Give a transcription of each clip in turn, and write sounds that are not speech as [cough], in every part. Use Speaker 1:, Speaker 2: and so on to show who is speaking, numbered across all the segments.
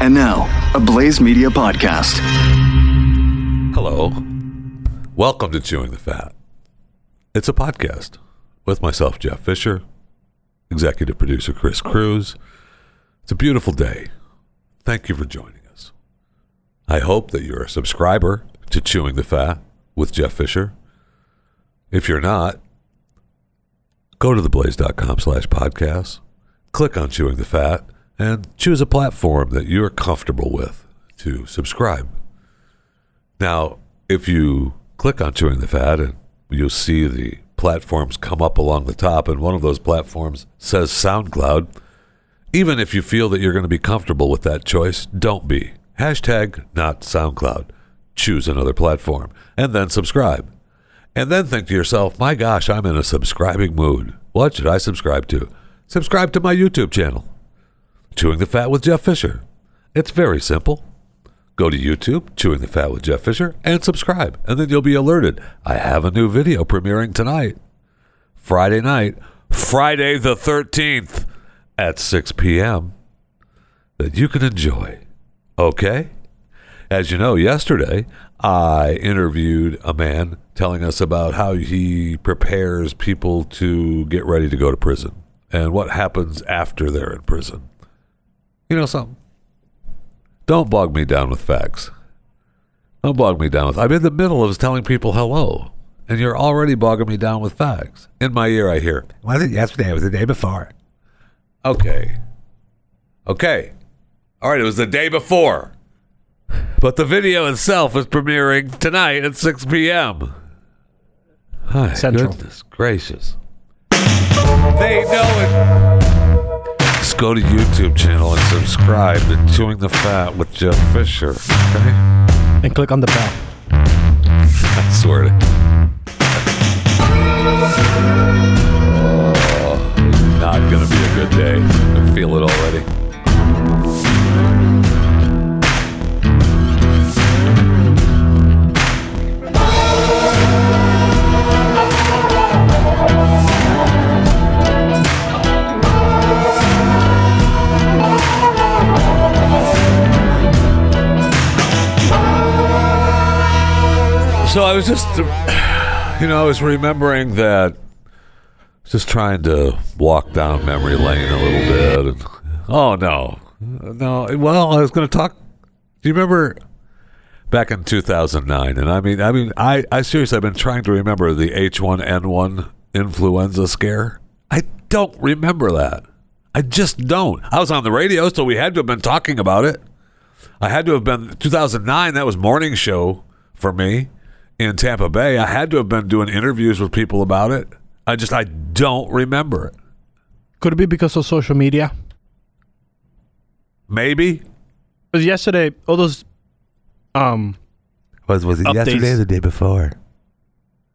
Speaker 1: And now, a Blaze Media podcast.
Speaker 2: Hello. Welcome to Chewing the Fat. It's a podcast with myself, Jeff Fisher, executive producer Chris Cruz. It's a beautiful day. Thank you for joining us. I hope that you're a subscriber to Chewing the Fat with Jeff Fisher. If you're not, go to theblaze.com slash podcast, click on Chewing the Fat, and choose a platform that you're comfortable with to subscribe. Now, if you click on Chewing the Fat, and you'll see the platforms come up along the top, and one of those platforms says SoundCloud. Even if you feel that you're going to be comfortable with that choice, don't be. Hashtag not SoundCloud. Choose another platform and then subscribe. And then think to yourself, my gosh, I'm in a subscribing mood. What should I subscribe to? Subscribe to my YouTube channel, Chewing the Fat with Jeff Fisher. It's very simple. Go to YouTube, Chewing the Fat with Jeff Fisher, and subscribe. And then you'll be alerted. I have a new video premiering tonight, Friday night, Friday the 13th at 6 p.m. that you can enjoy. Okay? As you know, yesterday I interviewed a man telling us about how he prepares people to get ready to go to prison and what happens after they're in prison. You know something? Don't bog me down with facts. Don't bog me down with. I'm in the middle of telling people hello, and you're already bogging me down with facts. In my ear, I hear,
Speaker 3: wasn't yesterday. It was the day before.
Speaker 2: okay, okay, all right. It was the day before, but the video itself is premiering tonight at 6 p.m. Hi,
Speaker 4: Central.
Speaker 2: Goodness gracious. They know it. Just go to YouTube channel and subscribe to Chewing the Fat with Jeff Fisher. Okay. [laughs]
Speaker 4: and click on the bell.
Speaker 2: I swear to oh, Oh, Not gonna be a good day. I feel it already. So I was just, [sighs] uh, you know, I was remembering that, just trying to walk down memory lane a little bit. And, oh no, no. Well, I was going to talk. Do you remember back in 2009? And I mean, I mean, I, I seriously, I've been trying to remember the H1N1 influenza scare. I don't remember that. I just don't. I was on the radio, so we had to have been talking about it. I had to have been 2009. That was morning show for me in Tampa Bay. I had to have been doing interviews with people about it. I just I don't remember it.
Speaker 4: Could it be because of social media?
Speaker 2: Maybe
Speaker 4: Because yesterday, all those, um,
Speaker 3: Was was it
Speaker 4: Updates.
Speaker 3: yesterday or the day before?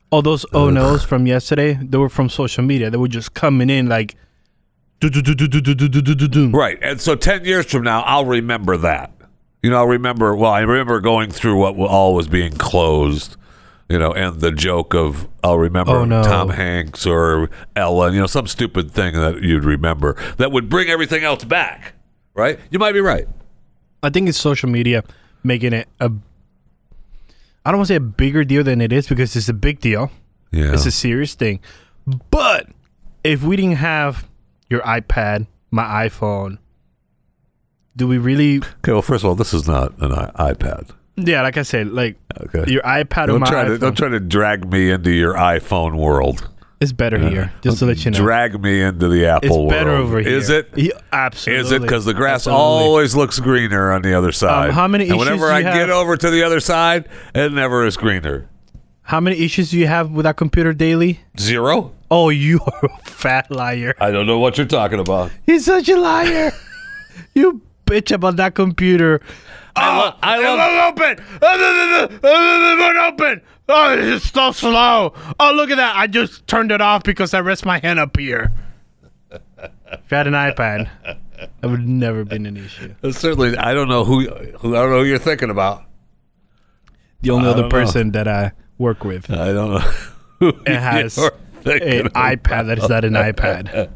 Speaker 4: all those oh no's from yesterday, they were from social media. They were just coming in like, do do do do do do do do do do do.
Speaker 2: right. And so ten years from now, I'll remember that. You know, I'll remember. Well, I remember going through what all was being closed. You know, and the joke of I'll remember
Speaker 4: Oh, no.
Speaker 2: Tom Hanks or Ellen. You know, some stupid thing that you'd remember that would bring everything else back. Right? You might be right.
Speaker 4: I think it's social media making it a. I don't want to say a bigger deal than it is because it's a big deal.
Speaker 2: Yeah.
Speaker 4: It's a serious thing. But if we didn't have your iPad, my iPhone, do
Speaker 2: [laughs]
Speaker 4: we really?
Speaker 2: okay. Well, first of all, this is not an I- iPad.
Speaker 4: Yeah, like I said, like
Speaker 2: Okay.
Speaker 4: your iPad or
Speaker 2: Don't
Speaker 4: my
Speaker 2: try, to,
Speaker 4: iPhone.
Speaker 2: don't try to drag me into your iPhone world.
Speaker 4: It's better here, just to let you know.
Speaker 2: Drag me into the Apple
Speaker 4: it's
Speaker 2: world.
Speaker 4: better over here.
Speaker 2: Is it?
Speaker 4: Yeah, absolutely.
Speaker 2: Is it because the grass
Speaker 4: Absolutely. Um,
Speaker 2: always looks greener on the other side?
Speaker 4: how many
Speaker 2: and
Speaker 4: issues
Speaker 2: whenever
Speaker 4: do
Speaker 2: I
Speaker 4: you
Speaker 2: get
Speaker 4: have?
Speaker 2: over to the other side, it never is greener.
Speaker 4: How many issues do you have with that computer daily?
Speaker 2: Zero?
Speaker 4: Oh, [laughs] you are a fat liar.
Speaker 2: I don't know what you're talking about.
Speaker 4: He's such a liar. [laughs] you bitch about that computer.
Speaker 2: I, lo- I love.
Speaker 4: Ah, open. Ah, It open. Oh, it's so slow. Oh, look at that. I just turned it off because I rest my hand up here. If you had an iPad, that would never been an issue.
Speaker 2: Uh, Certainly, I don't know who, who. I don't know who you're thinking about.
Speaker 4: The only
Speaker 2: don't
Speaker 4: other
Speaker 2: know.
Speaker 4: person that I work with
Speaker 2: I don't know. [laughs] who
Speaker 4: it has
Speaker 2: you're
Speaker 4: an
Speaker 2: [laughs] thinking about.
Speaker 4: iPad that is not an iPad.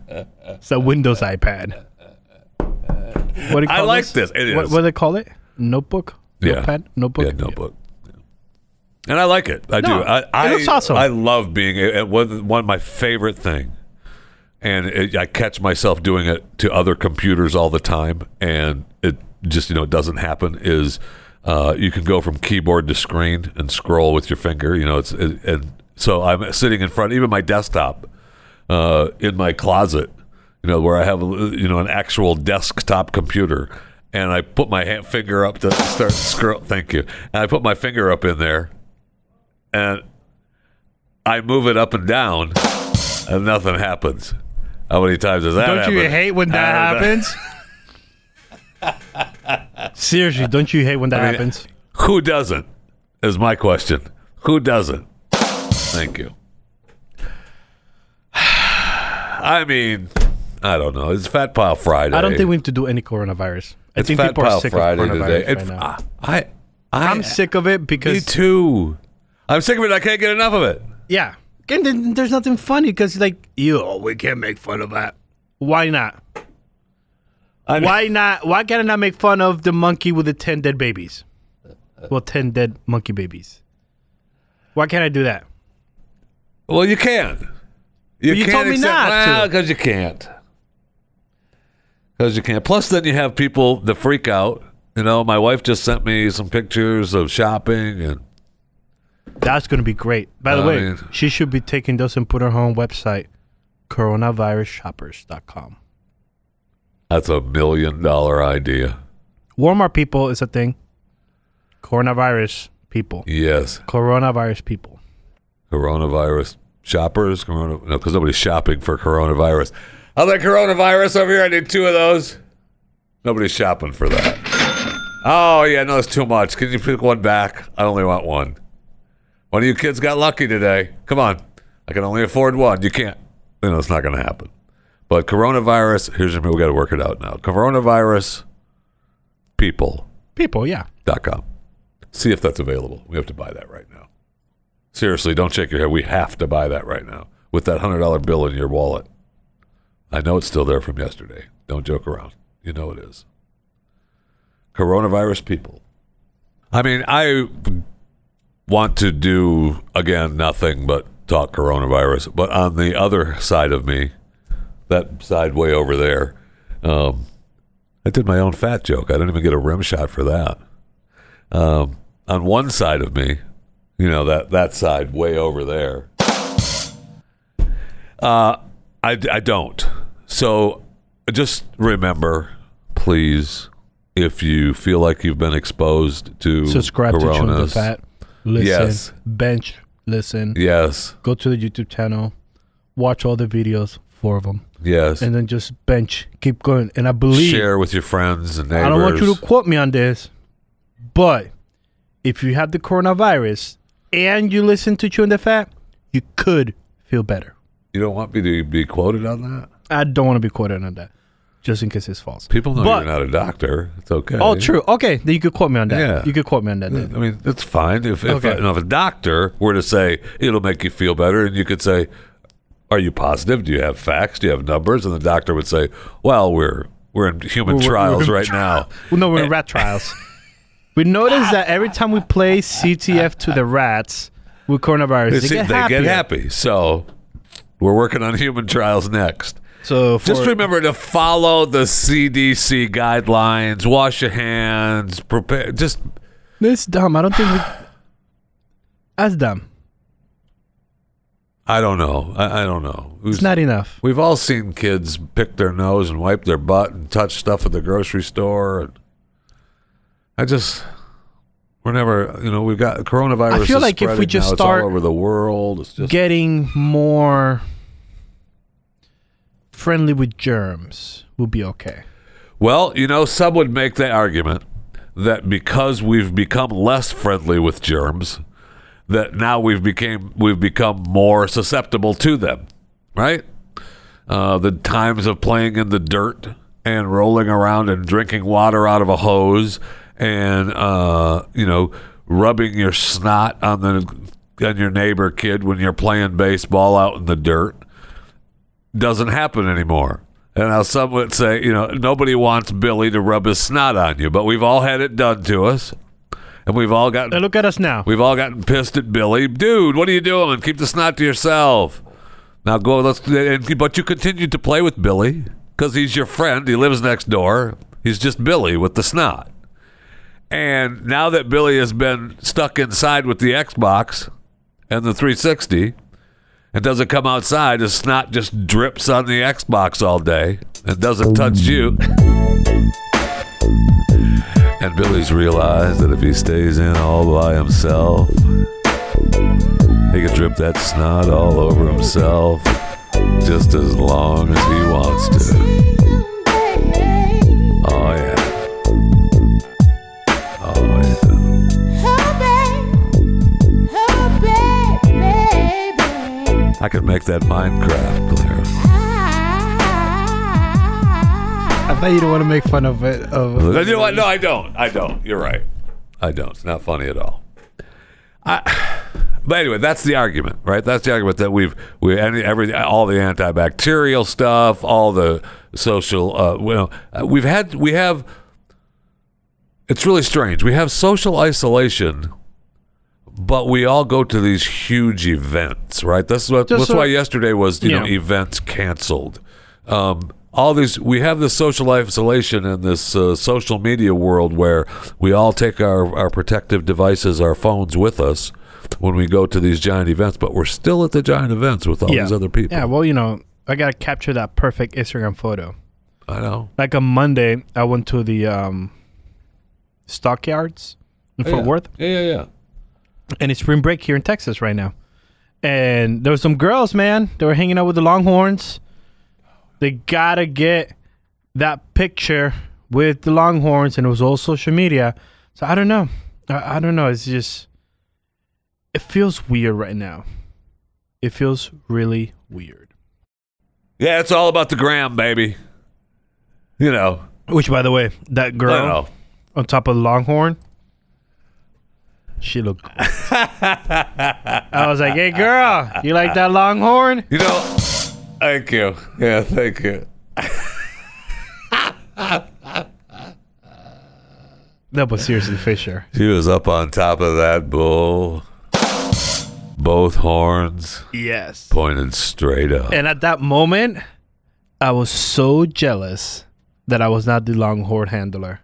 Speaker 4: It's a Windows iPad. What do you
Speaker 2: I
Speaker 4: call
Speaker 2: like this. It
Speaker 4: What,
Speaker 2: is.
Speaker 4: what do they call it? Notebook? Notepad? Notebook?
Speaker 2: Yeah, notebook. And I like it. I
Speaker 4: No,
Speaker 2: do. I,
Speaker 4: it
Speaker 2: I,
Speaker 4: looks awesome.
Speaker 2: I love being it. Was one of my favorite thing, and it, I catch myself doing it to other computers all the time, and it just you know doesn't happen. Is uh, you can go from keyboard to screen and scroll with your finger. You know, it's it, and so I'm sitting in front, even my desktop, uh, in my closet, you know, where I have you know an actual desktop computer, and I put my hand, finger up to start scroll. Thank you, and I put my finger up in there, and I move it up and down, and nothing happens. How many times does that?
Speaker 4: Don't you
Speaker 2: happen?
Speaker 4: hate when that
Speaker 2: I don't know.
Speaker 4: happens?
Speaker 2: [laughs]
Speaker 4: Seriously, don't you hate when that
Speaker 2: mean,
Speaker 4: happens?
Speaker 2: Who doesn't? Is my question. Who doesn't? Thank you. [sighs] I mean, I don't know. It's Fat Pile Friday.
Speaker 4: I don't think we need to do any coronavirus. I
Speaker 2: It's
Speaker 4: think
Speaker 2: Fat
Speaker 4: people
Speaker 2: Pile
Speaker 4: are sick
Speaker 2: Friday
Speaker 4: of coronavirus
Speaker 2: today.
Speaker 4: right
Speaker 2: And
Speaker 4: now.
Speaker 2: f- I, I,
Speaker 4: I'm sick of it
Speaker 2: Me
Speaker 4: because
Speaker 2: too. I'm sick of it. I can't get enough of it.
Speaker 4: yeah, and then there's nothing funny because like you, we can't make fun of that. Why not?
Speaker 2: I know.
Speaker 4: Why not? Why can I not make fun of the monkey with the ten dead babies? Well, ten dead monkey babies. Why can't I do that?
Speaker 2: Well, you can. You,
Speaker 4: But you
Speaker 2: can't
Speaker 4: told me
Speaker 2: accept-
Speaker 4: not to.
Speaker 2: well, because you can't. Because you can't. Plus, then you have people that freak out. You know, my wife just sent me some pictures of shopping, and
Speaker 4: That's gonna be great. By the
Speaker 2: I
Speaker 4: way,
Speaker 2: mean-
Speaker 4: she should be taking those and put her own website, coronavirusshoppers.com.
Speaker 2: that's a million dollar idea.
Speaker 4: Walmart people is a thing. Coronavirus people.
Speaker 2: Yes,
Speaker 4: Coronavirus people.
Speaker 2: coronavirus shoppers. Corona, no, because nobody's shopping for coronavirus. Other coronavirus over here. I did two of those. Nobody's shopping for that. Oh yeah, no, it's too much. Can you pick one back? I only want one. One of you kids got lucky today. Come on, I can only afford one. You can't. You know, it's not going to happen. But coronavirus. Here's your. We got to work it out now. Coronavirus. People.
Speaker 4: People, yeah.
Speaker 2: com. See if that's available. We have to buy that right now. Seriously, don't shake your head. We have to buy that right now with that $100 bill in your wallet. I know it's still there from yesterday. Don't joke around. You know it is. Coronavirus people. I mean, I want to do, again, nothing but talk coronavirus. But on the other side of me, that side way over there, um, I did my own fat joke. I didn't even get a rim shot for that. Um, on one side of me, you know that that side way over there. Uh, I I don't. So just remember, please, if you feel like you've been exposed to
Speaker 4: Subscribe to Chewing the
Speaker 2: coronas,
Speaker 4: Fat. Listen.
Speaker 2: Yes.
Speaker 4: Bench. Listen.
Speaker 2: yes,
Speaker 4: Go to the YouTube channel. Watch all the videos, four of them.
Speaker 2: yes,
Speaker 4: And then just bench. Keep going. And I believe.
Speaker 2: share with your friends and neighbors.
Speaker 4: I don't want you to quote me on this, but if you have the coronavirus and you listen to Chewing the Fat, you could feel better.
Speaker 2: You don't want me to be quoted on that.
Speaker 4: I don't want to be quoted on that, just in case it's false.
Speaker 2: People know
Speaker 4: But-
Speaker 2: you're not a doctor. It's okay.
Speaker 4: Oh, true. Okay, then you could quote me on that.
Speaker 2: Yeah.
Speaker 4: You could quote me on that. Then.
Speaker 2: I mean, that's fine. If if,
Speaker 4: Okay.
Speaker 2: if a doctor were to say it'll make you feel better, and you could say, "Are you positive? Do you have facts? Do you have numbers?" and the doctor would say, "Well, we're we're in human
Speaker 4: We're- we're
Speaker 2: trials
Speaker 4: in
Speaker 2: right now."
Speaker 4: Well, no, we're
Speaker 2: Eh.
Speaker 4: in rat trials. We noticed that every time we play CTF to the rats with coronavirus,
Speaker 2: You
Speaker 4: [laughs] they,
Speaker 2: see,
Speaker 4: get,
Speaker 2: they
Speaker 4: happier.
Speaker 2: get happy. So we're working on human trials next.
Speaker 4: So for,
Speaker 2: Just remember to follow the CDC guidelines. Wash your hands. Prepare. Just
Speaker 4: it's dumb. I don't think we, that's dumb.
Speaker 2: I don't know. I, I don't know.
Speaker 4: It's not enough.
Speaker 2: We've all seen kids pick their nose and wipe their butt and touch stuff at the grocery store. And I just, we're never, you know, we've got coronavirus.
Speaker 4: I feel
Speaker 2: is
Speaker 4: like if we
Speaker 2: spreading
Speaker 4: just
Speaker 2: now. It's
Speaker 4: start
Speaker 2: all over the world, it's just
Speaker 4: getting more friendly with germs will be okay.
Speaker 2: Well, you know, some would make the argument that because we've become less friendly with germs, that now we've became we've become more susceptible to them, right? Uh, the times of playing in the dirt and rolling around and drinking water out of a hose, and uh, you know, rubbing your snot on the on your neighbor kid when you're playing baseball out in the dirt doesn't happen anymore. And now some would say, you know, nobody wants Billy to rub his snot on you, but we've all had it done to us, and we've all
Speaker 4: Now
Speaker 2: gotten
Speaker 4: look at us now.
Speaker 2: we've all gotten pissed at Billy. Dude, what are you doing? Keep the snot to yourself. Now go. Let's. And, but you continue to play with Billy because he's your friend. He lives next door. He's just Billy with the snot. And now that Billy has been stuck inside with the Xbox and the 360, and doesn't come outside, his snot just drips on the Xbox all day and doesn't touch you. And Billy's realized that if he stays in all by himself, he can drip that snot all over himself just as long as he wants to. Oh, yeah. Oh, yeah. I could make that Minecraft player.
Speaker 4: I thought you didn't want to make fun of it. Of
Speaker 2: You know what? No, I don't. I don't. You're right. I don't. It's not funny at all. I, but anyway, that's the argument, right? That's the argument that we've we any every all the antibacterial stuff, all the social. Uh, well, uh, we've had we have. It's really strange. We have social isolation, but we all go to these huge events, right? That's what.
Speaker 4: Just
Speaker 2: that's
Speaker 4: so-
Speaker 2: why yesterday was you know
Speaker 4: Yeah.
Speaker 2: events canceled. Um, all these we have this social isolation and this uh, social media world where we all take our, our protective devices, our phones with us when we go to these giant events, but we're still at the giant events with all these other people.
Speaker 4: Yeah, well, you know, I gotta capture that perfect Instagram photo.
Speaker 2: I know.
Speaker 4: Like on Monday, I went to the um, stockyards in Fort Worth,
Speaker 2: Oh, Yeah, yeah, yeah.
Speaker 4: and it's spring break here in Texas right now. And there were some girls, man. They were hanging out with the Longhorns. They gotta get that picture with the Longhorns, and it was all social media. So I don't know. I, I don't know. It's just, it feels weird right now. It feels really weird.
Speaker 2: Yeah, it's all about the gram, baby. You know.
Speaker 4: Which, by the way, that
Speaker 2: I
Speaker 4: girl
Speaker 2: don't know.
Speaker 4: on top of the Longhorn, she looked. Cool. I was like, "Hey, girl, you like that Longhorn?"
Speaker 2: You know. Thank you. Yeah, thank you.
Speaker 4: That was seriously Fisher.
Speaker 2: She was up on top of that bull. Both horns
Speaker 4: Yes.
Speaker 2: pointed straight up.
Speaker 4: And at that moment, I was so jealous that I was not the Longhorn handler,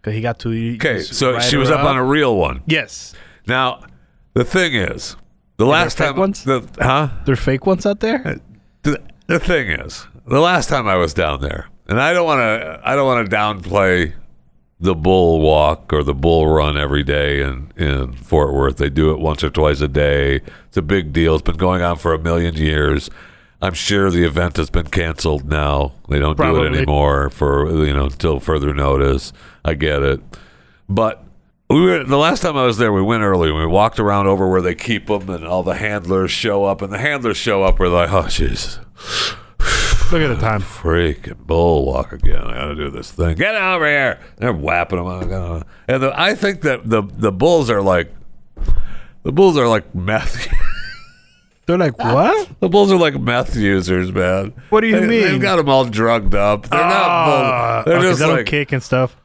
Speaker 4: because he got to.
Speaker 2: Okay, so she was up, on a real one.
Speaker 4: Yes,
Speaker 2: Now, the thing is, the last
Speaker 4: fake
Speaker 2: time
Speaker 4: ones?
Speaker 2: the huh?
Speaker 4: there are fake ones out
Speaker 2: [laughs]
Speaker 4: there.
Speaker 2: The, the thing is, the last time I was down there, and I don't want to, I don't want to downplay the bull walk or the bull run every day in in Fort Worth. They do it once or twice a day. It's a big deal. It's been going on for a million years. I'm sure the event has been canceled now. They don't do it
Speaker 4: Probably.
Speaker 2: anymore for you know until further notice. I get it, but we were the last time I was there. We went early. We walked around over where they keep them, and all the handlers show up, and the handlers show up. We're like, oh Jesus,
Speaker 4: Look at the time.
Speaker 2: freaking bull walk again. I gotta do this thing. Get over here. They're whapping them out. And the, I think that the the bulls are like the bulls are like meth. [laughs]
Speaker 4: They're like, "What?"
Speaker 2: the bulls are like meth users, man.
Speaker 4: What do you
Speaker 2: They- They've
Speaker 4: mean?
Speaker 2: got them all drugged up. [laughs] They're
Speaker 4: Ah,
Speaker 2: not bulls. They're
Speaker 4: oh, 'cause
Speaker 2: just
Speaker 4: they don't
Speaker 2: like
Speaker 4: kick and stuff.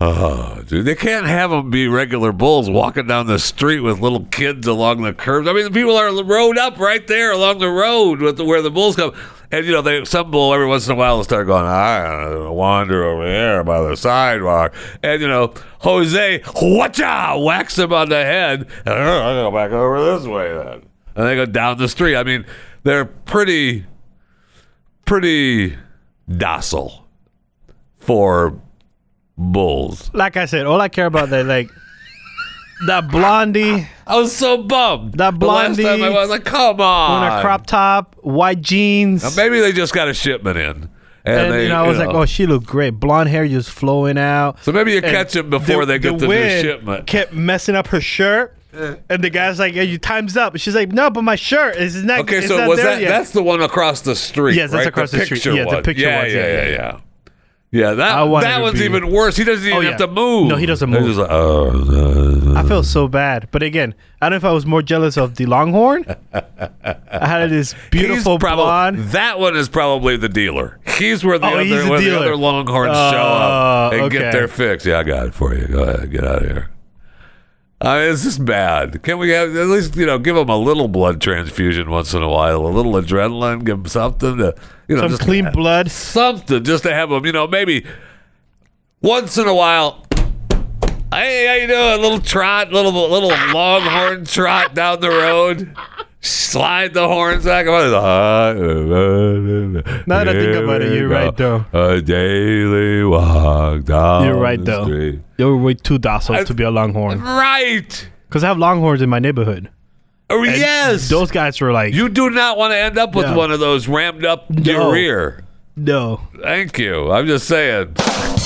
Speaker 2: Oh, dude, they can't have them be regular bulls walking down the street with little kids along the curbs. I mean, the people are rode up right there along the road with the, where the bulls come. And you know, they some bull every once in a while will start going, I uh, wander over there by the sidewalk, and you know, Jose, whatcha, whacks him on the head. And, "Uh, I go back over this way then, and they go down the street. I mean, they're pretty, pretty docile for bulls.
Speaker 4: like I said, all I care about that like that blondie
Speaker 2: I was so bummed.
Speaker 4: That
Speaker 2: The last time I
Speaker 4: blondie
Speaker 2: was like, come
Speaker 4: on
Speaker 2: on.
Speaker 4: a crop top, white jeans.
Speaker 2: Now, maybe they just got a shipment in. And,
Speaker 4: and
Speaker 2: they,
Speaker 4: you know, I was
Speaker 2: you
Speaker 4: like,
Speaker 2: know.
Speaker 4: oh, she looked great. Blonde hair just flowing out.
Speaker 2: So maybe you catch them before they get the, new
Speaker 4: wind
Speaker 2: shipment.
Speaker 4: Kept messing up her shirt. And the guy's like, yeah, you time's up. And she's like, no, but my shirt is not.
Speaker 2: Okay,
Speaker 4: it's
Speaker 2: so
Speaker 4: not
Speaker 2: was
Speaker 4: there
Speaker 2: that
Speaker 4: yet."
Speaker 2: that's the one across the street?
Speaker 4: Yes, that's
Speaker 2: right?
Speaker 4: across the street.
Speaker 2: picture
Speaker 4: Yeah, the
Speaker 2: one.
Speaker 4: picture
Speaker 2: yeah,
Speaker 4: ones,
Speaker 2: yeah,
Speaker 4: yeah,
Speaker 2: yeah,
Speaker 4: yeah,
Speaker 2: yeah. Yeah, that
Speaker 4: I wanted
Speaker 2: that
Speaker 4: to
Speaker 2: one's
Speaker 4: be-
Speaker 2: even worse. He doesn't even
Speaker 4: Oh, yeah.
Speaker 2: have to move.
Speaker 4: No, he doesn't
Speaker 2: They're
Speaker 4: move.
Speaker 2: just like, oh, uh,
Speaker 4: I felt so bad. But again, I don't know if I was more jealous of
Speaker 2: [laughs]
Speaker 4: the Longhorn. I had this beautiful blonde.
Speaker 2: [laughs] That one is probably the dealer. He's where the,
Speaker 4: Oh,
Speaker 2: other,
Speaker 4: he's the
Speaker 2: where the
Speaker 4: dealer.
Speaker 2: other Longhorns
Speaker 4: Oh,
Speaker 2: show up and
Speaker 4: okay.
Speaker 2: get their fix. Yeah, I got it for you. Go ahead, get out of here. I mean, this is bad. Can we have at least you know give them a little blood transfusion once in a while, a little adrenaline, give them something to you know
Speaker 4: Some
Speaker 2: just
Speaker 4: clean blood.
Speaker 2: something just to have them you know maybe once in a while. Hey, how you doing? Little trot, little little longhorn trot down the road. Slide the horns back. Now
Speaker 4: that I think about it, you're right, though.
Speaker 2: A daily walk down.
Speaker 4: You're right,
Speaker 2: the
Speaker 4: though.
Speaker 2: street.
Speaker 4: You're way too docile
Speaker 2: I-
Speaker 4: to be a Longhorn.
Speaker 2: Right.
Speaker 4: Because I have Longhorns in my neighborhood.
Speaker 2: Oh, yes.
Speaker 4: Those guys were like,
Speaker 2: you do not want to end up with
Speaker 4: No.
Speaker 2: one of those rammed up
Speaker 4: No.
Speaker 2: your rear.
Speaker 4: no.
Speaker 2: Thank you. I'm just saying.
Speaker 4: [laughs]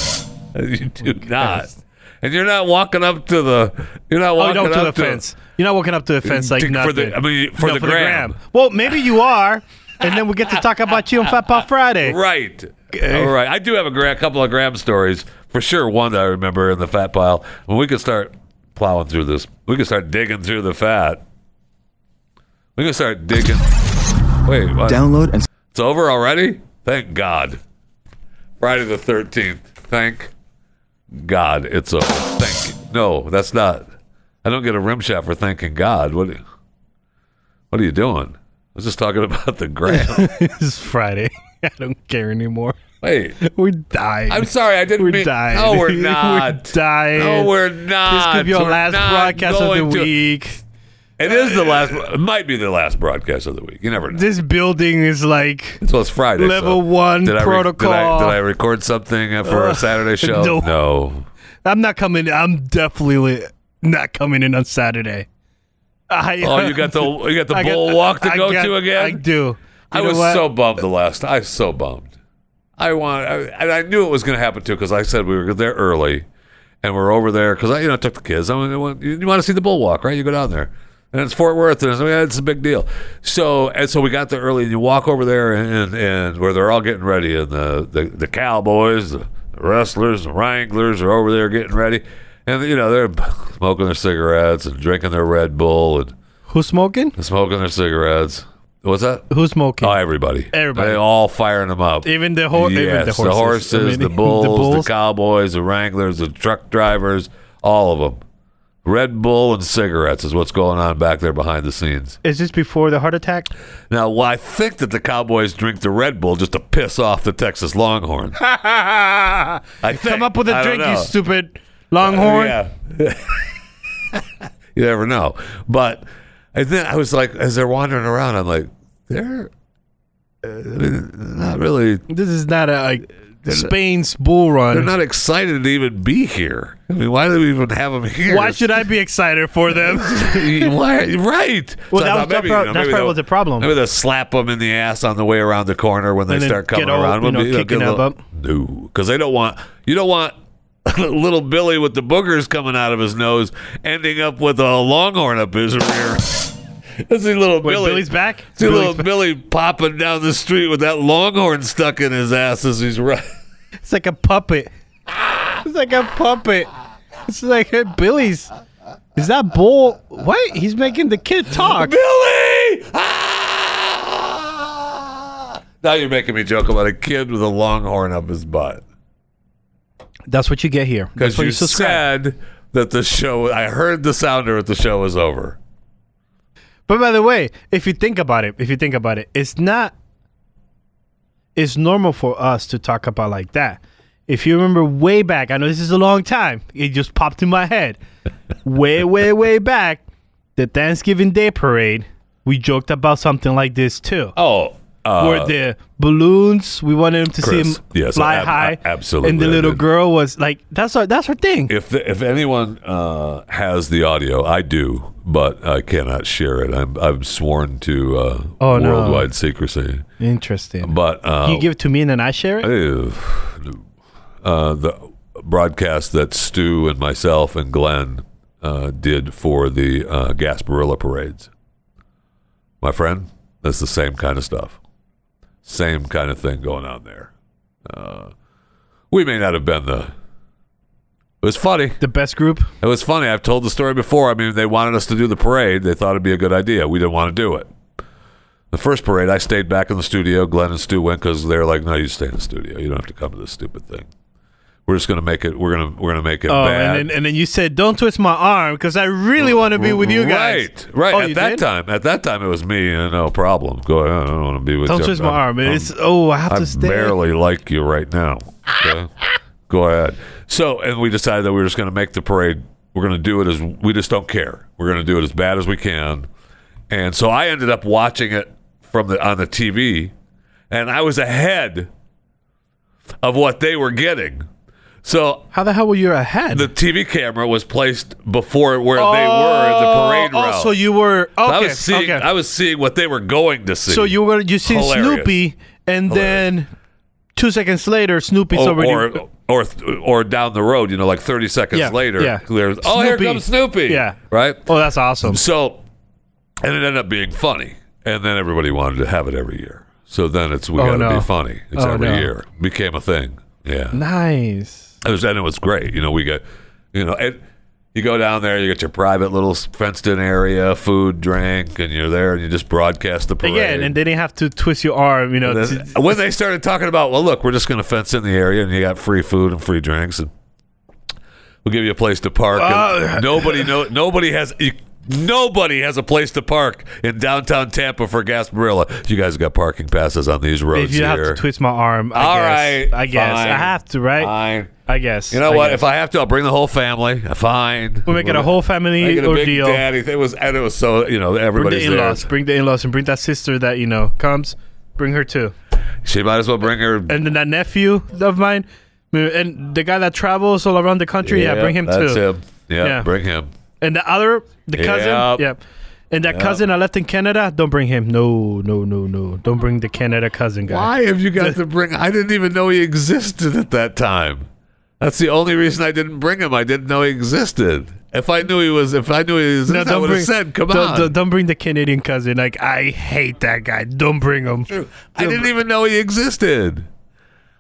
Speaker 2: You do not. And you're not walking up to the. You're not
Speaker 4: Oh,
Speaker 2: walking
Speaker 4: don't to
Speaker 2: up
Speaker 4: the fence. You're not walking up to the fence like
Speaker 2: To-
Speaker 4: nothing.
Speaker 2: for the- I mean, for the gram.
Speaker 4: Well, maybe you are, and then we get to talk about you on Fat Pop Friday.
Speaker 2: [laughs] Right.
Speaker 4: Eh.
Speaker 2: All right. I do have a gra- couple of Graham stories for sure. One that I remember in the fat pile. When we could start plowing through this, we could start digging through the fat. We could start digging. Wait, what?
Speaker 1: Download and
Speaker 2: it's over already? Thank God. Friday the thirteenth. Thank God it's over. Thank. No, that's not. I don't get a rim shot for thanking God. What? What are you doing? I was just talking [laughs] about the Graham.
Speaker 4: [laughs] it's Friday. [laughs] I don't care anymore.
Speaker 2: Wait.
Speaker 4: We're dying.
Speaker 2: I'm sorry, I didn't
Speaker 4: We're
Speaker 2: mean.
Speaker 4: dying.
Speaker 2: No, we're
Speaker 4: [laughs] We're
Speaker 2: not.
Speaker 4: dying.
Speaker 2: No, we're not.
Speaker 4: This could be our
Speaker 2: We're
Speaker 4: last
Speaker 2: not
Speaker 4: broadcast of the
Speaker 2: going to-
Speaker 4: week.
Speaker 2: It is the last. It might be the last broadcast of the week. You never know.
Speaker 4: This building is like
Speaker 2: so it's Friday. so
Speaker 4: Level one
Speaker 2: did I re-
Speaker 4: protocol.
Speaker 2: did, I, did I record something uh, for a Saturday show?
Speaker 4: [laughs] no. [laughs]
Speaker 2: no.
Speaker 4: I'm not coming. I'm definitely not coming in on Saturday. [laughs] I,
Speaker 2: Oh, you got the you got the
Speaker 4: I got-
Speaker 2: bull walk to
Speaker 4: I
Speaker 2: go
Speaker 4: got-
Speaker 2: to again.
Speaker 4: I do. You
Speaker 2: I
Speaker 4: know
Speaker 2: was
Speaker 4: what?
Speaker 2: so bummed the last. I was so bummed. I want, I, and I knew it was going to happen too because I said we were there early, and we're over there because I, you know, took the kids. I want, you want to see the bull walk, right? You go down there, and it's Fort Worth, and it's, yeah, it's a big deal. So and so we got there early, and you walk over there, and and where they're all getting ready, and the the, the cowboys, the wrestlers, the wranglers are over there getting ready, and you know they're [laughs] smoking their cigarettes and drinking their Red Bull and
Speaker 4: Who's smoking?
Speaker 2: smoking their cigarettes. What's that?
Speaker 4: Who's smoking?
Speaker 2: Oh, everybody.
Speaker 4: Everybody.
Speaker 2: They all firing them up.
Speaker 4: Even the hor- even
Speaker 2: Yes,
Speaker 4: the
Speaker 2: the
Speaker 4: horses.
Speaker 2: horses,
Speaker 4: I mean,
Speaker 2: the,
Speaker 4: [laughs] the
Speaker 2: bulls, the
Speaker 4: bulls.
Speaker 2: cowboys, the wranglers, the truck drivers, all of them. Red Bull and cigarettes is what's going on back there behind the scenes.
Speaker 4: Is this before the heart attack?
Speaker 2: Now, well, I think that the Cowboys drink the Red Bull just to piss off the Texas Longhorns.
Speaker 4: [laughs] I
Speaker 2: think.
Speaker 4: Come up with a
Speaker 2: I don't
Speaker 4: drink, you
Speaker 2: know.
Speaker 4: stupid longhorn.
Speaker 2: Yeah. [laughs] you never know. But and then I was like, as they're wandering around, I'm like, they're uh, not really
Speaker 4: This is not a like, Spain's bull
Speaker 2: They're
Speaker 4: run.
Speaker 2: not excited to even be here. I mean, why do we even have them here?
Speaker 4: Why should I be excited for them?
Speaker 2: [laughs] why? Right.
Speaker 4: Well,
Speaker 2: I thought
Speaker 4: that was the pro- that probably
Speaker 2: they'll-
Speaker 4: was the problem.
Speaker 2: Maybe they'll slap them in the ass on the way around the corner when they
Speaker 4: And then
Speaker 2: start coming
Speaker 4: get all,
Speaker 2: around.
Speaker 4: you know,
Speaker 2: Maybe they'll
Speaker 4: kicking
Speaker 2: get a
Speaker 4: up
Speaker 2: little- No, because they don't want. You don't want. [laughs] Little Billy with the boogers coming out of his nose, ending up with a longhorn up his rear. [laughs] That's see little
Speaker 4: Wait,
Speaker 2: Billy.
Speaker 4: Billy's back.
Speaker 2: See
Speaker 4: Billy's
Speaker 2: little
Speaker 4: back.
Speaker 2: Billy popping down the street with that longhorn stuck in his ass as he's running.
Speaker 4: It's like a puppet. It's like a puppet. It's like hey, Billy's. Is that bull? What? He's making the kid
Speaker 2: [laughs] [laughs]
Speaker 4: talk.
Speaker 2: Billy! Ah! Now you're making me joke about a kid with a longhorn up his butt.
Speaker 4: That's what you get here. That's
Speaker 2: Because
Speaker 4: why
Speaker 2: you,
Speaker 4: you subscribe.
Speaker 2: said that the show, I heard the sounder at the show was over.
Speaker 4: But by the way, if you think about it, if you think about it, it's not. It's normal for us to talk about like that. If you remember way back, I know this is a long time. It just popped in my head.
Speaker 2: [laughs]
Speaker 4: way, way, way back, the Thanksgiving Day parade, we joked about something like this too.
Speaker 2: Oh, uh,
Speaker 4: were the balloons. We wanted him to see
Speaker 2: Chris,
Speaker 4: him
Speaker 2: yes,
Speaker 4: fly
Speaker 2: ab-
Speaker 4: high.
Speaker 2: ab- absolutely,
Speaker 4: And the
Speaker 2: I
Speaker 4: little
Speaker 2: did.
Speaker 4: girl was like, "That's her. That's her thing."
Speaker 2: if, the, if anyone uh, has the audio, I do, but I cannot share it. I'm, I'm sworn to uh,
Speaker 4: Oh, no.
Speaker 2: worldwide secrecy.
Speaker 4: Interesting.
Speaker 2: But uh,
Speaker 4: you give it to me and then I share it.
Speaker 2: Ew. Uh, the broadcast that Stu and myself and Glenn uh, did for the uh, Gasparilla parades. My friend, that's the same kind of stuff. Same kind of thing going on there. Uh, We may not have been the. It was funny.
Speaker 4: The best group.
Speaker 2: It was funny. I've told the story before. I mean, they wanted us to do the parade. They thought it'd be a good idea. We didn't want to do it. The first parade, I stayed back in the studio. Glenn and Stu went because they're like, "No, you stay in the studio. You don't have to come to this stupid thing. We're just gonna make it. We're gonna we're gonna make it
Speaker 4: Oh,
Speaker 2: bad."
Speaker 4: and then, and then you said, "Don't twist my arm," because I really want to be with you guys.
Speaker 2: Right, right.
Speaker 4: Oh,
Speaker 2: at
Speaker 4: you
Speaker 2: that
Speaker 4: did?
Speaker 2: time, at that time, it was me. and No problem. Go. I don't want to be with.
Speaker 4: Don't
Speaker 2: you.
Speaker 4: twist my
Speaker 2: I'm-
Speaker 4: arm.
Speaker 2: I'm-
Speaker 4: It's oh, I have
Speaker 2: I
Speaker 4: to stay.
Speaker 2: barely like you right now. Okay? Go ahead. So, and we decided that we were just going to make the parade. We're going to do it as we just don't care. We're going to do it as bad as we can. And so I ended up watching it from the on the TV, and I was ahead of what they were getting. So
Speaker 4: How the hell were you ahead?
Speaker 2: the TV camera was placed before where they were in the parade
Speaker 4: oh,
Speaker 2: route.
Speaker 4: so you were okay.
Speaker 2: I was seeing
Speaker 4: okay.
Speaker 2: I was seeing what they were going to see.
Speaker 4: so you were you seen
Speaker 2: Hilarious.
Speaker 4: Snoopy, and then two seconds later, Snoopy's
Speaker 2: or,
Speaker 4: already.
Speaker 2: or Oh, or or down the road, you know, like thirty seconds
Speaker 4: Yeah,
Speaker 2: later,
Speaker 4: yeah.
Speaker 2: there's oh here
Speaker 4: Snoopy.
Speaker 2: comes Snoopy,
Speaker 4: Yeah.
Speaker 2: right.
Speaker 4: oh, that's awesome.
Speaker 2: So, and it ended up being funny, and then everybody wanted to have it every year. So then it's we
Speaker 4: Oh,
Speaker 2: got to
Speaker 4: no.
Speaker 2: be funny. It's
Speaker 4: Oh,
Speaker 2: every
Speaker 4: no.
Speaker 2: year became a thing. Yeah,
Speaker 4: Nice.
Speaker 2: it was, and it was great. You know, we got you know it. You go down there, you get your private little fenced-in area, food, drink, and you're there, and you just broadcast the parade.
Speaker 4: Again, and they didn't have to twist your arm. You know,
Speaker 2: And
Speaker 4: to-
Speaker 2: then- when they started talking about, well, look, we're just going to fence in the area, and you got free food and free drinks, and we'll give you a place to park. and nobody, no, nobody has. You, Nobody has a place to park in downtown Tampa for Gasparilla. You guys got parking passes on these roads
Speaker 4: if you
Speaker 2: here.
Speaker 4: have to twist my arm, I
Speaker 2: All
Speaker 4: guess.
Speaker 2: right,
Speaker 4: I guess
Speaker 2: fine,
Speaker 4: I have to, right?
Speaker 2: Fine.
Speaker 4: I guess.
Speaker 2: You know
Speaker 4: I
Speaker 2: what?
Speaker 4: guess.
Speaker 2: If I have to, I'll bring the whole family. Fine.
Speaker 4: We'll make it a whole family
Speaker 2: Make it a big
Speaker 4: ordeal.
Speaker 2: daddy thing. It was and it was so you know
Speaker 4: bring the
Speaker 2: everybody's there.
Speaker 4: in-laws. Bring the in-laws and bring that sister that you know comes. Bring her too.
Speaker 2: She might as well bring her.
Speaker 4: and then that nephew of mine, and the guy that travels all around the country. Yeah, bring him
Speaker 2: that's
Speaker 4: too.
Speaker 2: him. Yeah,
Speaker 4: Yeah.
Speaker 2: bring him.
Speaker 4: And the other, the cousin,
Speaker 2: Yep.
Speaker 4: yep. And that cousin I left in Canada, don't bring him. No, no, no, no. Don't bring the Canada cousin guy.
Speaker 2: Why have you got to bring? I didn't even know he existed at that time. That's the only reason I didn't bring him. I didn't know he existed. If I knew he was, if I knew he
Speaker 4: No,
Speaker 2: existed, I
Speaker 4: don't
Speaker 2: would
Speaker 4: bring.
Speaker 2: have said, "Come
Speaker 4: don't,
Speaker 2: on."
Speaker 4: Don't, don't bring the Canadian cousin. Like I hate that guy. Don't bring him.
Speaker 2: I didn't even know he existed.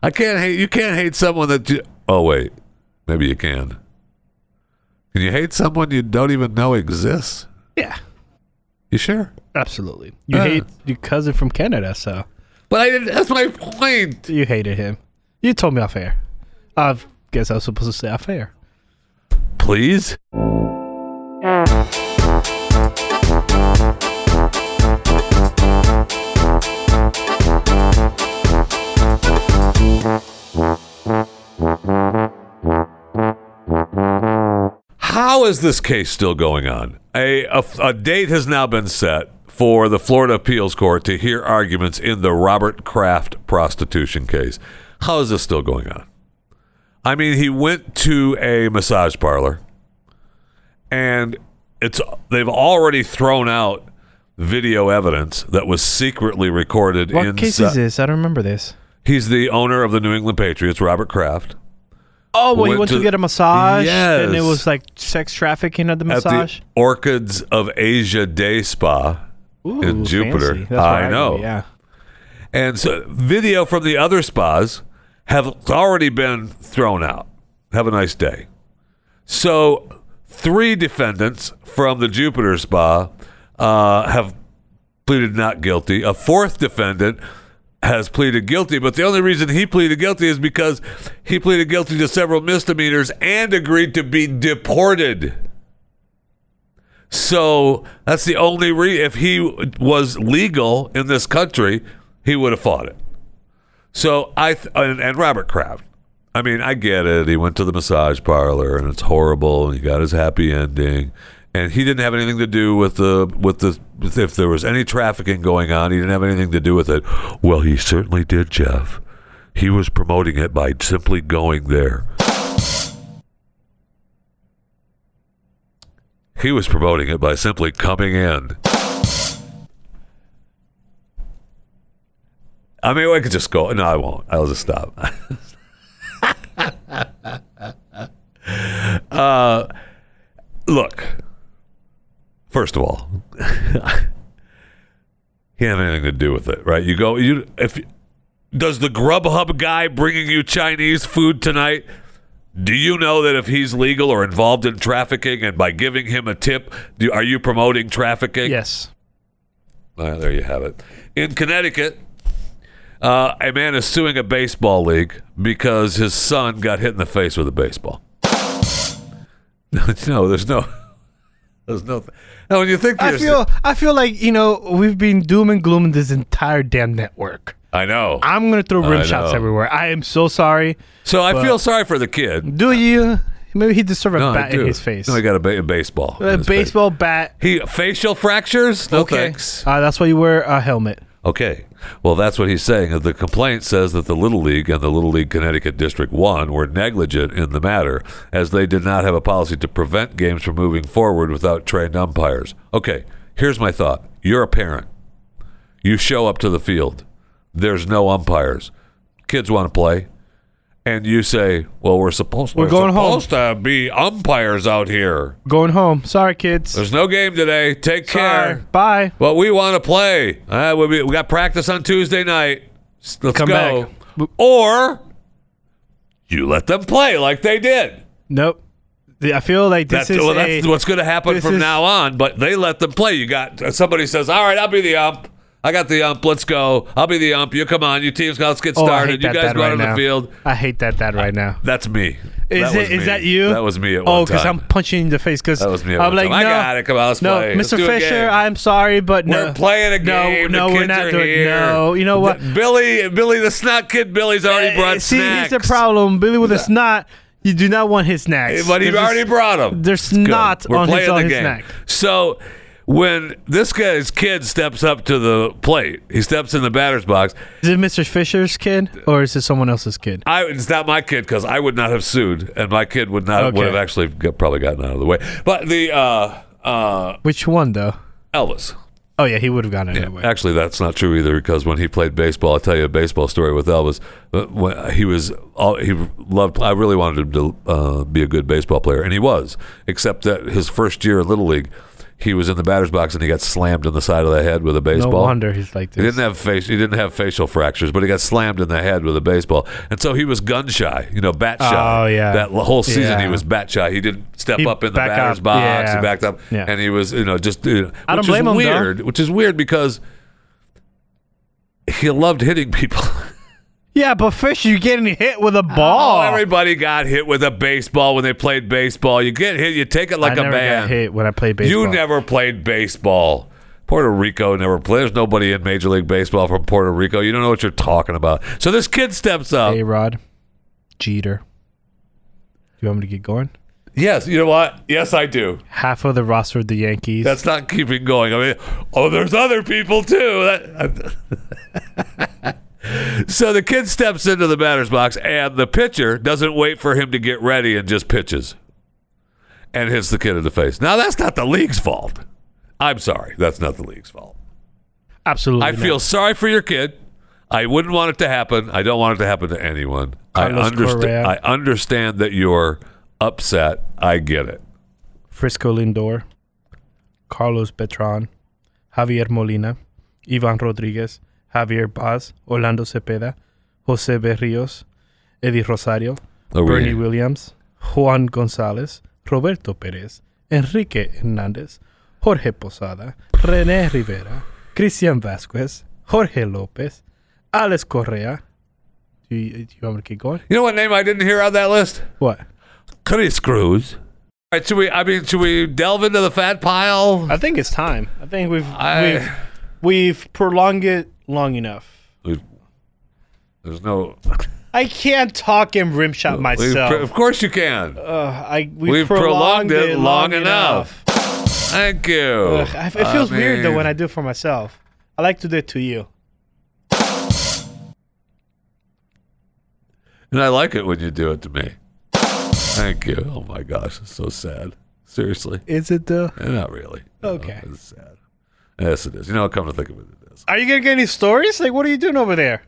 Speaker 2: I can't hate. You can't hate someone that. You, oh wait, maybe you can. Can you hate someone you don't even know exists?
Speaker 4: Yeah,
Speaker 2: You sure?
Speaker 4: absolutely. You
Speaker 2: Yeah.
Speaker 4: hate your cousin from Canada, so
Speaker 2: But I didn't. That's my point.
Speaker 4: you hated him. You told me off air. I guess I was supposed to say off air.
Speaker 2: Please. How is this case still going on? A, a, a date has now been set for the Florida Appeals Court to hear arguments in the Robert Kraft prostitution case. How is this still going on? I mean, he went to a massage parlor, and it's they've already thrown out video evidence that was secretly recorded.
Speaker 4: What
Speaker 2: in
Speaker 4: case is this? I don't remember this.
Speaker 2: He's the owner of the New England Patriots, Robert Kraft.
Speaker 4: Oh, well,
Speaker 2: Went
Speaker 4: you went to,
Speaker 2: to-
Speaker 4: get a massage, and it
Speaker 2: Yes.
Speaker 4: was like sex trafficking at the massage.
Speaker 2: at the Orchids of Asia Day Spa
Speaker 4: Ooh,
Speaker 2: in Jupiter.
Speaker 4: fancy. That's where
Speaker 2: I
Speaker 4: go,
Speaker 2: know.
Speaker 4: yeah.
Speaker 2: And so video from the other spas have already been thrown out. Have a nice day. So three defendants from the Jupiter spa uh, have pleaded not guilty. A fourth defendant has pleaded guilty, but the only reason he pleaded guilty is because he pleaded guilty to several misdemeanors and agreed to be deported. So that's the only re. If he was legal in this country, he would have fought it. So I th- and, and Robert Kraft. I mean, I get it. He went to the massage parlor, and it's horrible. And he got his happy ending, and he didn't have anything to do with the with the with- if there was any trafficking going on. He didn't have anything to do with it. Well, he certainly did, Jeff. He was promoting it by simply going there. He was promoting it by simply coming in. I mean, I could just go. No, I won't. I'll just stop. [laughs] uh, look, first of all, [laughs] he didn't have anything to do with it, right? You go. You if Does the Grubhub guy bringing you Chinese food tonight? Do you know that if he's legal or involved in trafficking, and by giving him a tip, do, are you promoting trafficking?
Speaker 4: Yes.
Speaker 2: Ah, there you have it. In Connecticut, uh, a man is suing a baseball league because his son got hit in the face with a baseball. [laughs] no, [laughs] there's no, there's no. Now, when you think
Speaker 4: I
Speaker 2: there's-
Speaker 4: feel I feel like you know we've been doom and gloom this entire damn network.
Speaker 2: I know.
Speaker 4: I'm gonna throw
Speaker 2: I
Speaker 4: rim shots
Speaker 2: know.
Speaker 4: everywhere. I am so sorry.
Speaker 2: so I feel sorry for the kid.
Speaker 4: Do you? Maybe he deserved a
Speaker 2: No, I
Speaker 4: bat in
Speaker 2: do.
Speaker 4: his face.
Speaker 2: No, I got a, ba- a baseball. in
Speaker 4: a
Speaker 2: his face.
Speaker 4: baseball bat.
Speaker 2: He facial fractures? No thanks.
Speaker 4: Uh, that's why you wear a helmet.
Speaker 2: Okay. Well, that's what he's saying. The complaint says that the Little League and the Little League Connecticut District 1 were negligent in the matter as they did not have a policy to prevent games from moving forward without trained umpires. Okay. Here's my thought. You're a parent. You show up to the field. There's no umpires. Kids want to play. And you say, "Well, we're supposed
Speaker 4: We're going home."
Speaker 2: supposed to be umpires out here.
Speaker 4: Going home. Sorry, kids.
Speaker 2: There's no game today. Take
Speaker 4: Sorry.
Speaker 2: care."
Speaker 4: Bye.
Speaker 2: Well, we want to play. Uh, we, we- we got practice on Tuesday night. S- Let's
Speaker 4: Come
Speaker 2: go.
Speaker 4: back.
Speaker 2: Or you let them play like they did.
Speaker 4: Nope. The- I feel like this
Speaker 2: That's,
Speaker 4: is
Speaker 2: well,
Speaker 4: a-
Speaker 2: that's what's going to happen
Speaker 4: this
Speaker 2: from
Speaker 4: is-
Speaker 2: now on. But they let them play. You got uh, somebody says, "All right, I'll be the ump. I got the ump. Let's go. I'll be the ump. You come on. You teams, let's get
Speaker 4: Oh, I
Speaker 2: started.
Speaker 4: hate
Speaker 2: You
Speaker 4: that,
Speaker 2: guys
Speaker 4: that
Speaker 2: go out
Speaker 4: right
Speaker 2: on the
Speaker 4: now.
Speaker 2: field."
Speaker 4: I hate that that right now.
Speaker 2: That's me.
Speaker 4: Is
Speaker 2: that
Speaker 4: it?
Speaker 2: was
Speaker 4: Is
Speaker 2: me.
Speaker 4: that you?
Speaker 2: That was me at
Speaker 4: Oh,
Speaker 2: one
Speaker 4: because I'm
Speaker 2: time.
Speaker 4: punching you in the face. Because
Speaker 2: That was me at
Speaker 4: I'm
Speaker 2: one
Speaker 4: like,
Speaker 2: time. I
Speaker 4: no,
Speaker 2: got it. Come on, let's
Speaker 4: no,
Speaker 2: play. Let's
Speaker 4: Mr.
Speaker 2: do a
Speaker 4: Fisher,
Speaker 2: game."
Speaker 4: I'm sorry, but no,
Speaker 2: We're playing a
Speaker 4: no,
Speaker 2: game.
Speaker 4: No,
Speaker 2: the
Speaker 4: we're
Speaker 2: kids
Speaker 4: not
Speaker 2: are
Speaker 4: doing.
Speaker 2: here.
Speaker 4: No, you know what?
Speaker 2: Th- Billy, Billy the snot kid. Billy's already brought
Speaker 4: Uh, See, here's the
Speaker 2: snacks.
Speaker 4: problem. Billy with a snot, you do not want his snacks.
Speaker 2: But he
Speaker 4: They're just-
Speaker 2: already brought him.
Speaker 4: They're snot
Speaker 2: We're
Speaker 4: on
Speaker 2: playing
Speaker 4: his, on
Speaker 2: the
Speaker 4: his
Speaker 2: game.
Speaker 4: neck.
Speaker 2: So when this guy's kid steps up to the plate, he steps in the batter's box.
Speaker 4: Is it Mr. Fisher's kid or is it someone else's kid?
Speaker 2: I, it's not my kid because I would not have sued, and my kid would not would
Speaker 4: Okay.
Speaker 2: have actually got, probably gotten out of the way. But the uh, uh,
Speaker 4: Which one though?
Speaker 2: Elvis.
Speaker 4: Oh yeah, he would have gone anyway.
Speaker 2: Actually, that's not true either because when he played baseball, I'll tell you a baseball story with Elvis. Uh, When he was, all, he loved. I really wanted him to uh, be a good baseball player, and he was. Except that his first year in little league, he was in the batter's box and he got slammed in the side of the head with a
Speaker 4: no
Speaker 2: baseball.
Speaker 4: wonder he's like
Speaker 2: He
Speaker 4: this.
Speaker 2: didn't have face. He didn't have facial fractures, but he got slammed in the head with a baseball, and so he was gun shy. You know, bat shy.
Speaker 4: Oh, yeah.
Speaker 2: That l- whole season
Speaker 4: Yeah.
Speaker 2: he was bat shy. He didn't step
Speaker 4: He
Speaker 2: up in the
Speaker 4: back
Speaker 2: batter's
Speaker 4: up.
Speaker 2: box. He
Speaker 4: Yeah.
Speaker 2: backed up,
Speaker 4: Yeah.
Speaker 2: and he was you know just. You know,
Speaker 4: I don't
Speaker 2: which
Speaker 4: blame
Speaker 2: is
Speaker 4: him, though.
Speaker 2: Weird, which is weird because he loved hitting people.
Speaker 4: yeah, but Fisher, you're getting hit with a
Speaker 2: Oh, [laughs]
Speaker 4: ball.
Speaker 2: Everybody got hit with a baseball when they played baseball. You get hit, you take it
Speaker 4: I
Speaker 2: like a
Speaker 4: never
Speaker 2: man.
Speaker 4: got hit when I played baseball.
Speaker 2: You never played baseball. Puerto Rico never played. There's nobody in Major League Baseball from Puerto Rico. You don't know what you're talking about. So this kid steps up.
Speaker 4: A Rod, Jeter. Do you want me to get going?
Speaker 2: Yes, you know what? Yes, I do.
Speaker 4: Half of the roster of the Yankees.
Speaker 2: That's not keeping going. I mean, oh, there's other people too. That- [laughs] so the kid steps into the batter's box, and the pitcher doesn't wait for him to get ready and just pitches and hits the kid in the face. Now, that's not the league's fault. I'm sorry. That's not the league's fault.
Speaker 4: absolutely.
Speaker 2: I
Speaker 4: not.
Speaker 2: feel sorry for your kid. I wouldn't want it to happen. I don't want it to happen to anyone. I
Speaker 4: Carlos Correa.
Speaker 2: understand. I understand that you're upset. I get it.
Speaker 4: Frisco Lindor, Carlos Beltran, Javier Molina, Ivan Rodriguez, Javier Paz, Orlando Cepeda, Jose Berrios, Eddie Rosario,
Speaker 2: Are we-
Speaker 4: Bernie Williams, Juan Gonzalez, Roberto Perez, Enrique Hernandez, Jorge Posada, René Rivera, Cristian Vasquez, Jorge Lopez, Alex Correa. Do you, do you want me to keep going?
Speaker 2: You know what name I didn't hear on that list?
Speaker 4: What?
Speaker 2: Chris Cruz. All right, should we? I mean, should we delve into the fat pile?
Speaker 4: I think it's time. I think we've
Speaker 2: I-
Speaker 4: we've we've prolonged it long enough.
Speaker 2: We've- There's no.
Speaker 4: I can't talk and rim shot
Speaker 2: we've
Speaker 4: myself.
Speaker 2: pro- of course you can.
Speaker 4: Ugh, I, we've,
Speaker 2: we've prolonged it long enough. Thank you.
Speaker 4: Ugh, I- it feels
Speaker 2: I
Speaker 4: weird though
Speaker 2: mean,
Speaker 4: when I do it for myself. I like to do it to you.
Speaker 2: And I like it when you do it to me. Thank you. Oh my gosh, it's so sad. Seriously.
Speaker 4: Is it though?
Speaker 2: Eh, Not really. No,
Speaker 4: Okay.
Speaker 2: it's sad. Yes, it is. You know, come to think of it, it is.
Speaker 4: Are you gonna get any stories? Like, what are you doing over there?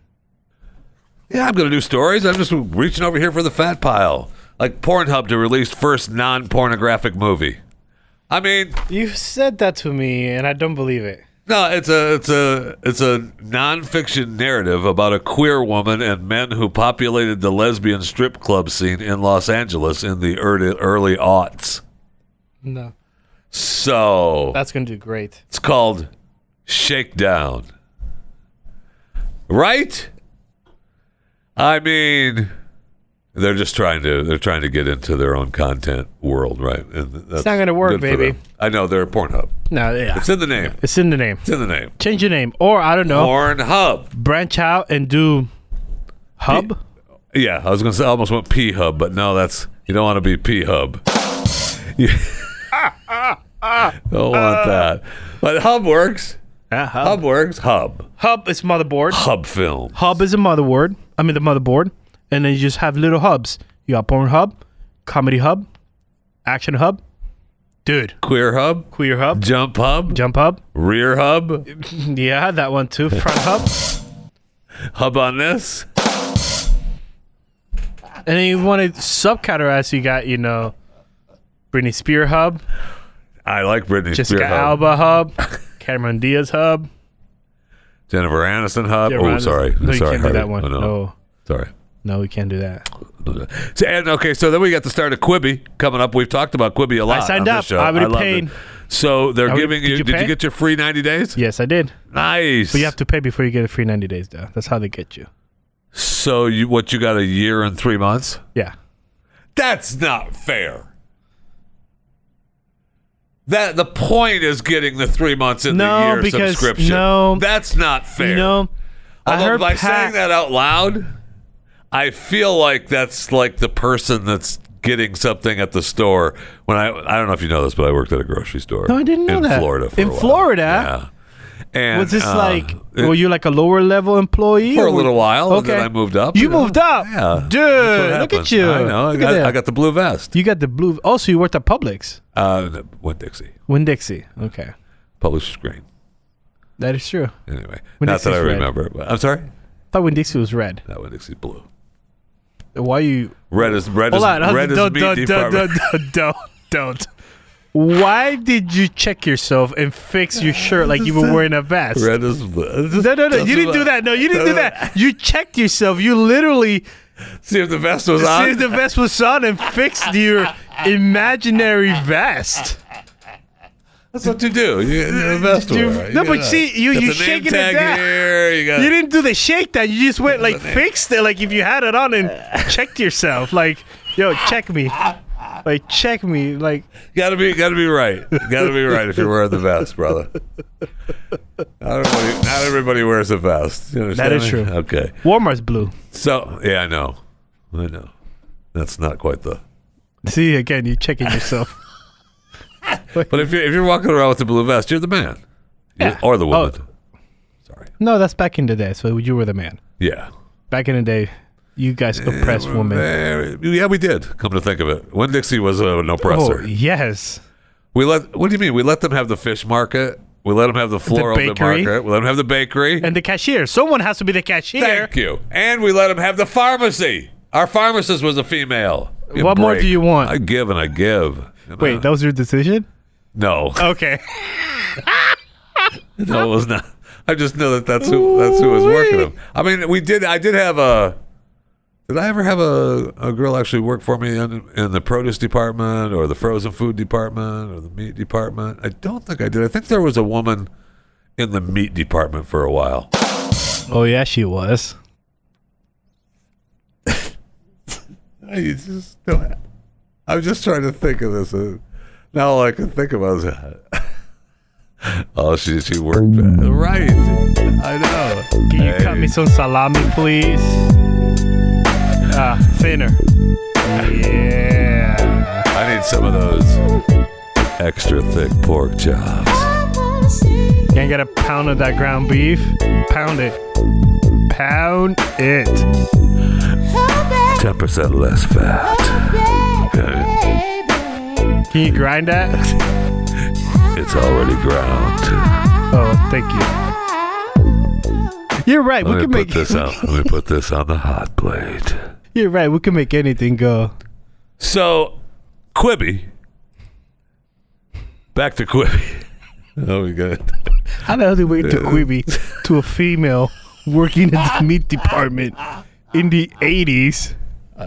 Speaker 2: Yeah, I'm going to do stories. I'm just reaching over here for the fat pile. Like Pornhub to release first non pornographic movie. I mean,
Speaker 4: You said that to me, and I don't believe it.
Speaker 2: No, it's a it's a it's a nonfiction narrative about a queer woman and men who populated the lesbian strip club scene in Los Angeles in the early, early aughts.
Speaker 4: No,
Speaker 2: So
Speaker 4: that's gonna do great.
Speaker 2: it's called Shakedown. Right? I mean, they're just trying to they're trying to get into their own content world, right? And that's
Speaker 4: not gonna work,
Speaker 2: good for
Speaker 4: baby.
Speaker 2: them. I know they're Pornhub.
Speaker 4: No, yeah, Oh.
Speaker 2: It's in the name.
Speaker 4: it's in the name.
Speaker 2: It's in the name.
Speaker 4: Change your name, or I don't know,
Speaker 2: Pornhub.
Speaker 4: branch out and do hub.
Speaker 2: Yeah, I was gonna say I almost went P Hub, but no, that's you don't want to be P Hub. [laughs] You [laughs] don't want that. But Hub works.
Speaker 4: Yeah, hub.
Speaker 2: Hub works. Hub.
Speaker 4: Hub is motherboard.
Speaker 2: Hub film.
Speaker 4: Hub is a motherboard. I mean the motherboard, and then you just have little hubs. You got porn hub, comedy hub, action hub, dude,
Speaker 2: Queer hub.
Speaker 4: queer hub,
Speaker 2: Jump hub.
Speaker 4: jump hub. [laughs]
Speaker 2: Rear hub.
Speaker 4: Yeah, that one too. Front hub,
Speaker 2: Hub on this.
Speaker 4: and then you want to subcategorize. You got you know, Britney Spear hub,
Speaker 2: I like Britney
Speaker 4: Jessica
Speaker 2: Spears hub.
Speaker 4: Alba hub, Cameron Diaz hub.
Speaker 2: Jennifer Aniston hub.
Speaker 4: Yeah,
Speaker 2: oh,
Speaker 4: Ron-
Speaker 2: sorry.
Speaker 4: No, you
Speaker 2: sorry,
Speaker 4: can't do that
Speaker 2: Harvey.
Speaker 4: one.
Speaker 2: Oh,
Speaker 4: no.
Speaker 2: no.
Speaker 4: no,
Speaker 2: Sorry.
Speaker 4: we can't do that.
Speaker 2: So, and okay, so then we got the start of Quibi coming up. We've talked about Quibi a lot.
Speaker 4: signed
Speaker 2: on
Speaker 4: up.
Speaker 2: This show.
Speaker 4: I already
Speaker 2: loved
Speaker 4: paid.
Speaker 2: it. So they're
Speaker 4: already-
Speaker 2: giving
Speaker 4: did
Speaker 2: you.
Speaker 4: you
Speaker 2: Did
Speaker 4: pay?
Speaker 2: you get your free ninety days?
Speaker 4: Yes, I did.
Speaker 2: Nice.
Speaker 4: But you have to pay before you get a free 90 days, though. That's how they get you.
Speaker 2: So you what you got a year and three months?
Speaker 4: Yeah.
Speaker 2: That's not fair. That the point is getting the three months in the
Speaker 4: No,
Speaker 2: year
Speaker 4: because-
Speaker 2: subscription.
Speaker 4: no.
Speaker 2: that's not fair.
Speaker 4: You know,
Speaker 2: Although
Speaker 4: I heard
Speaker 2: by
Speaker 4: Pat-
Speaker 2: saying that out loud, I feel like that's like the person that's getting something at the store. When I I don't know if you know this, but I worked at a grocery store.
Speaker 4: No, I didn't know
Speaker 2: in
Speaker 4: that.
Speaker 2: Florida. For
Speaker 4: In
Speaker 2: a while.
Speaker 4: Florida?
Speaker 2: yeah. And
Speaker 4: was this
Speaker 2: uh,
Speaker 4: like,
Speaker 2: it-
Speaker 4: were you like a lower level employee?
Speaker 2: for
Speaker 4: or
Speaker 2: a
Speaker 4: were-
Speaker 2: little while, and then
Speaker 4: Okay.
Speaker 2: I moved up.
Speaker 4: You
Speaker 2: know?
Speaker 4: moved up?
Speaker 2: yeah.
Speaker 4: Dude,
Speaker 2: That's what
Speaker 4: look at
Speaker 2: happens.
Speaker 4: you.
Speaker 2: I know. I
Speaker 4: Look at
Speaker 2: got,
Speaker 4: that.
Speaker 2: I got the blue vest.
Speaker 4: You got the blue. Also, you worked at Publix.
Speaker 2: Uh, Win Dixie,
Speaker 4: Win Dixie. Okay.
Speaker 2: publisher's green.
Speaker 4: That is true.
Speaker 2: Anyway,
Speaker 4: Winn
Speaker 2: not that I
Speaker 4: Dixie's red.
Speaker 2: remember. But I'm sorry.
Speaker 4: thought Win Dixie was red.
Speaker 2: That Win Dixie's blue.
Speaker 4: Why you.
Speaker 2: Red is red
Speaker 4: Hold
Speaker 2: is
Speaker 4: on.
Speaker 2: red is
Speaker 4: don't,
Speaker 2: meat
Speaker 4: don't, don't,
Speaker 2: department.
Speaker 4: don't, don't, don't, don't. [laughs] Why did you check yourself and fix your shirt like you [laughs] were wearing a
Speaker 2: [laughs]
Speaker 4: vest?
Speaker 2: Red is blue.
Speaker 4: No, no, no. You didn't do that. No, you didn't do that. You checked yourself. You literally
Speaker 2: See if the vest was on.
Speaker 4: seized the vest was on and fixed your imaginary vest.
Speaker 2: That's what you do. You, the vest
Speaker 4: Uh, You-
Speaker 2: wear.
Speaker 4: no, but
Speaker 2: gotta-
Speaker 4: see, you-
Speaker 2: got
Speaker 4: you
Speaker 2: the name
Speaker 4: shaking it
Speaker 2: tag
Speaker 4: down.
Speaker 2: Here, you got
Speaker 4: You didn't do the shake down. You just went like fixed it, like if you had it on and checked yourself. Like, yo, check me. Like, check me. Like,
Speaker 2: Gotta be, gotta be right. Gotta be right if you're wearing the vest, brother. Not everybody, not everybody wears a vest. You understand
Speaker 4: That is
Speaker 2: me?
Speaker 4: true.
Speaker 2: Okay,
Speaker 4: Walmart's blue.
Speaker 2: so yeah, I know, I know. That's not quite the.
Speaker 4: See, again, you checking yourself.
Speaker 2: But if you're if you're walking around with the blue vest, you're the man, You're-
Speaker 4: Yeah.
Speaker 2: or the woman.
Speaker 4: Oh.
Speaker 2: Sorry.
Speaker 4: No, that's back in the day. So you were the man.
Speaker 2: Yeah.
Speaker 4: Back in the day, you guys oppressed women.
Speaker 2: Very- Eh, yeah, we did. Come to think of it, when Dixie was uh, an oppressor,
Speaker 4: Oh, yes.
Speaker 2: we let. What do you mean? We let them have the fish market. We let them have the floral
Speaker 4: bakery.
Speaker 2: market. We let them have the bakery.
Speaker 4: And the cashier. Someone has to be the cashier.
Speaker 2: Thank you. And we let him have the pharmacy. Our pharmacist was a female. Give
Speaker 4: What
Speaker 2: a
Speaker 4: more
Speaker 2: break.
Speaker 4: do you want?
Speaker 2: I give and I give.
Speaker 4: Wait, that was your decision?
Speaker 2: no,
Speaker 4: Okay.
Speaker 2: no, it was not. I just know that that's who that's who was working him. I mean, we did. I did have a. Did I ever have a, a girl actually work for me in, in the produce department or the frozen food department or the meat department? I don't think I did. I think there was a woman in the meat department for a while.
Speaker 4: Oh yeah, she was.
Speaker 2: I just don't. I'm just trying to think of this. Uh, Now all I can think about is, [laughs] oh, she she worked at- right. I know.
Speaker 4: Can you cut me some salami, please? Ah, thinner. Yeah.
Speaker 2: I need some of those extra thick pork chops.
Speaker 4: Can I get a pound of that ground beef? Pound it. Pound it.
Speaker 2: Ten percent less fat.
Speaker 4: Can you grind that?
Speaker 2: It's already ground.
Speaker 4: Oh, thank you. You're right.
Speaker 2: Let
Speaker 4: we
Speaker 2: me
Speaker 4: can
Speaker 2: put
Speaker 4: make.
Speaker 2: this on. Let me put this on the hot plate.
Speaker 4: [laughs] You're right. We can make anything go.
Speaker 2: So, [laughs] Quibi. Back to Quibi. Oh, we got it.
Speaker 4: How the hell did we get to Quibi to a female working in
Speaker 2: [laughs]
Speaker 4: the meat department in the 80s?
Speaker 2: Did I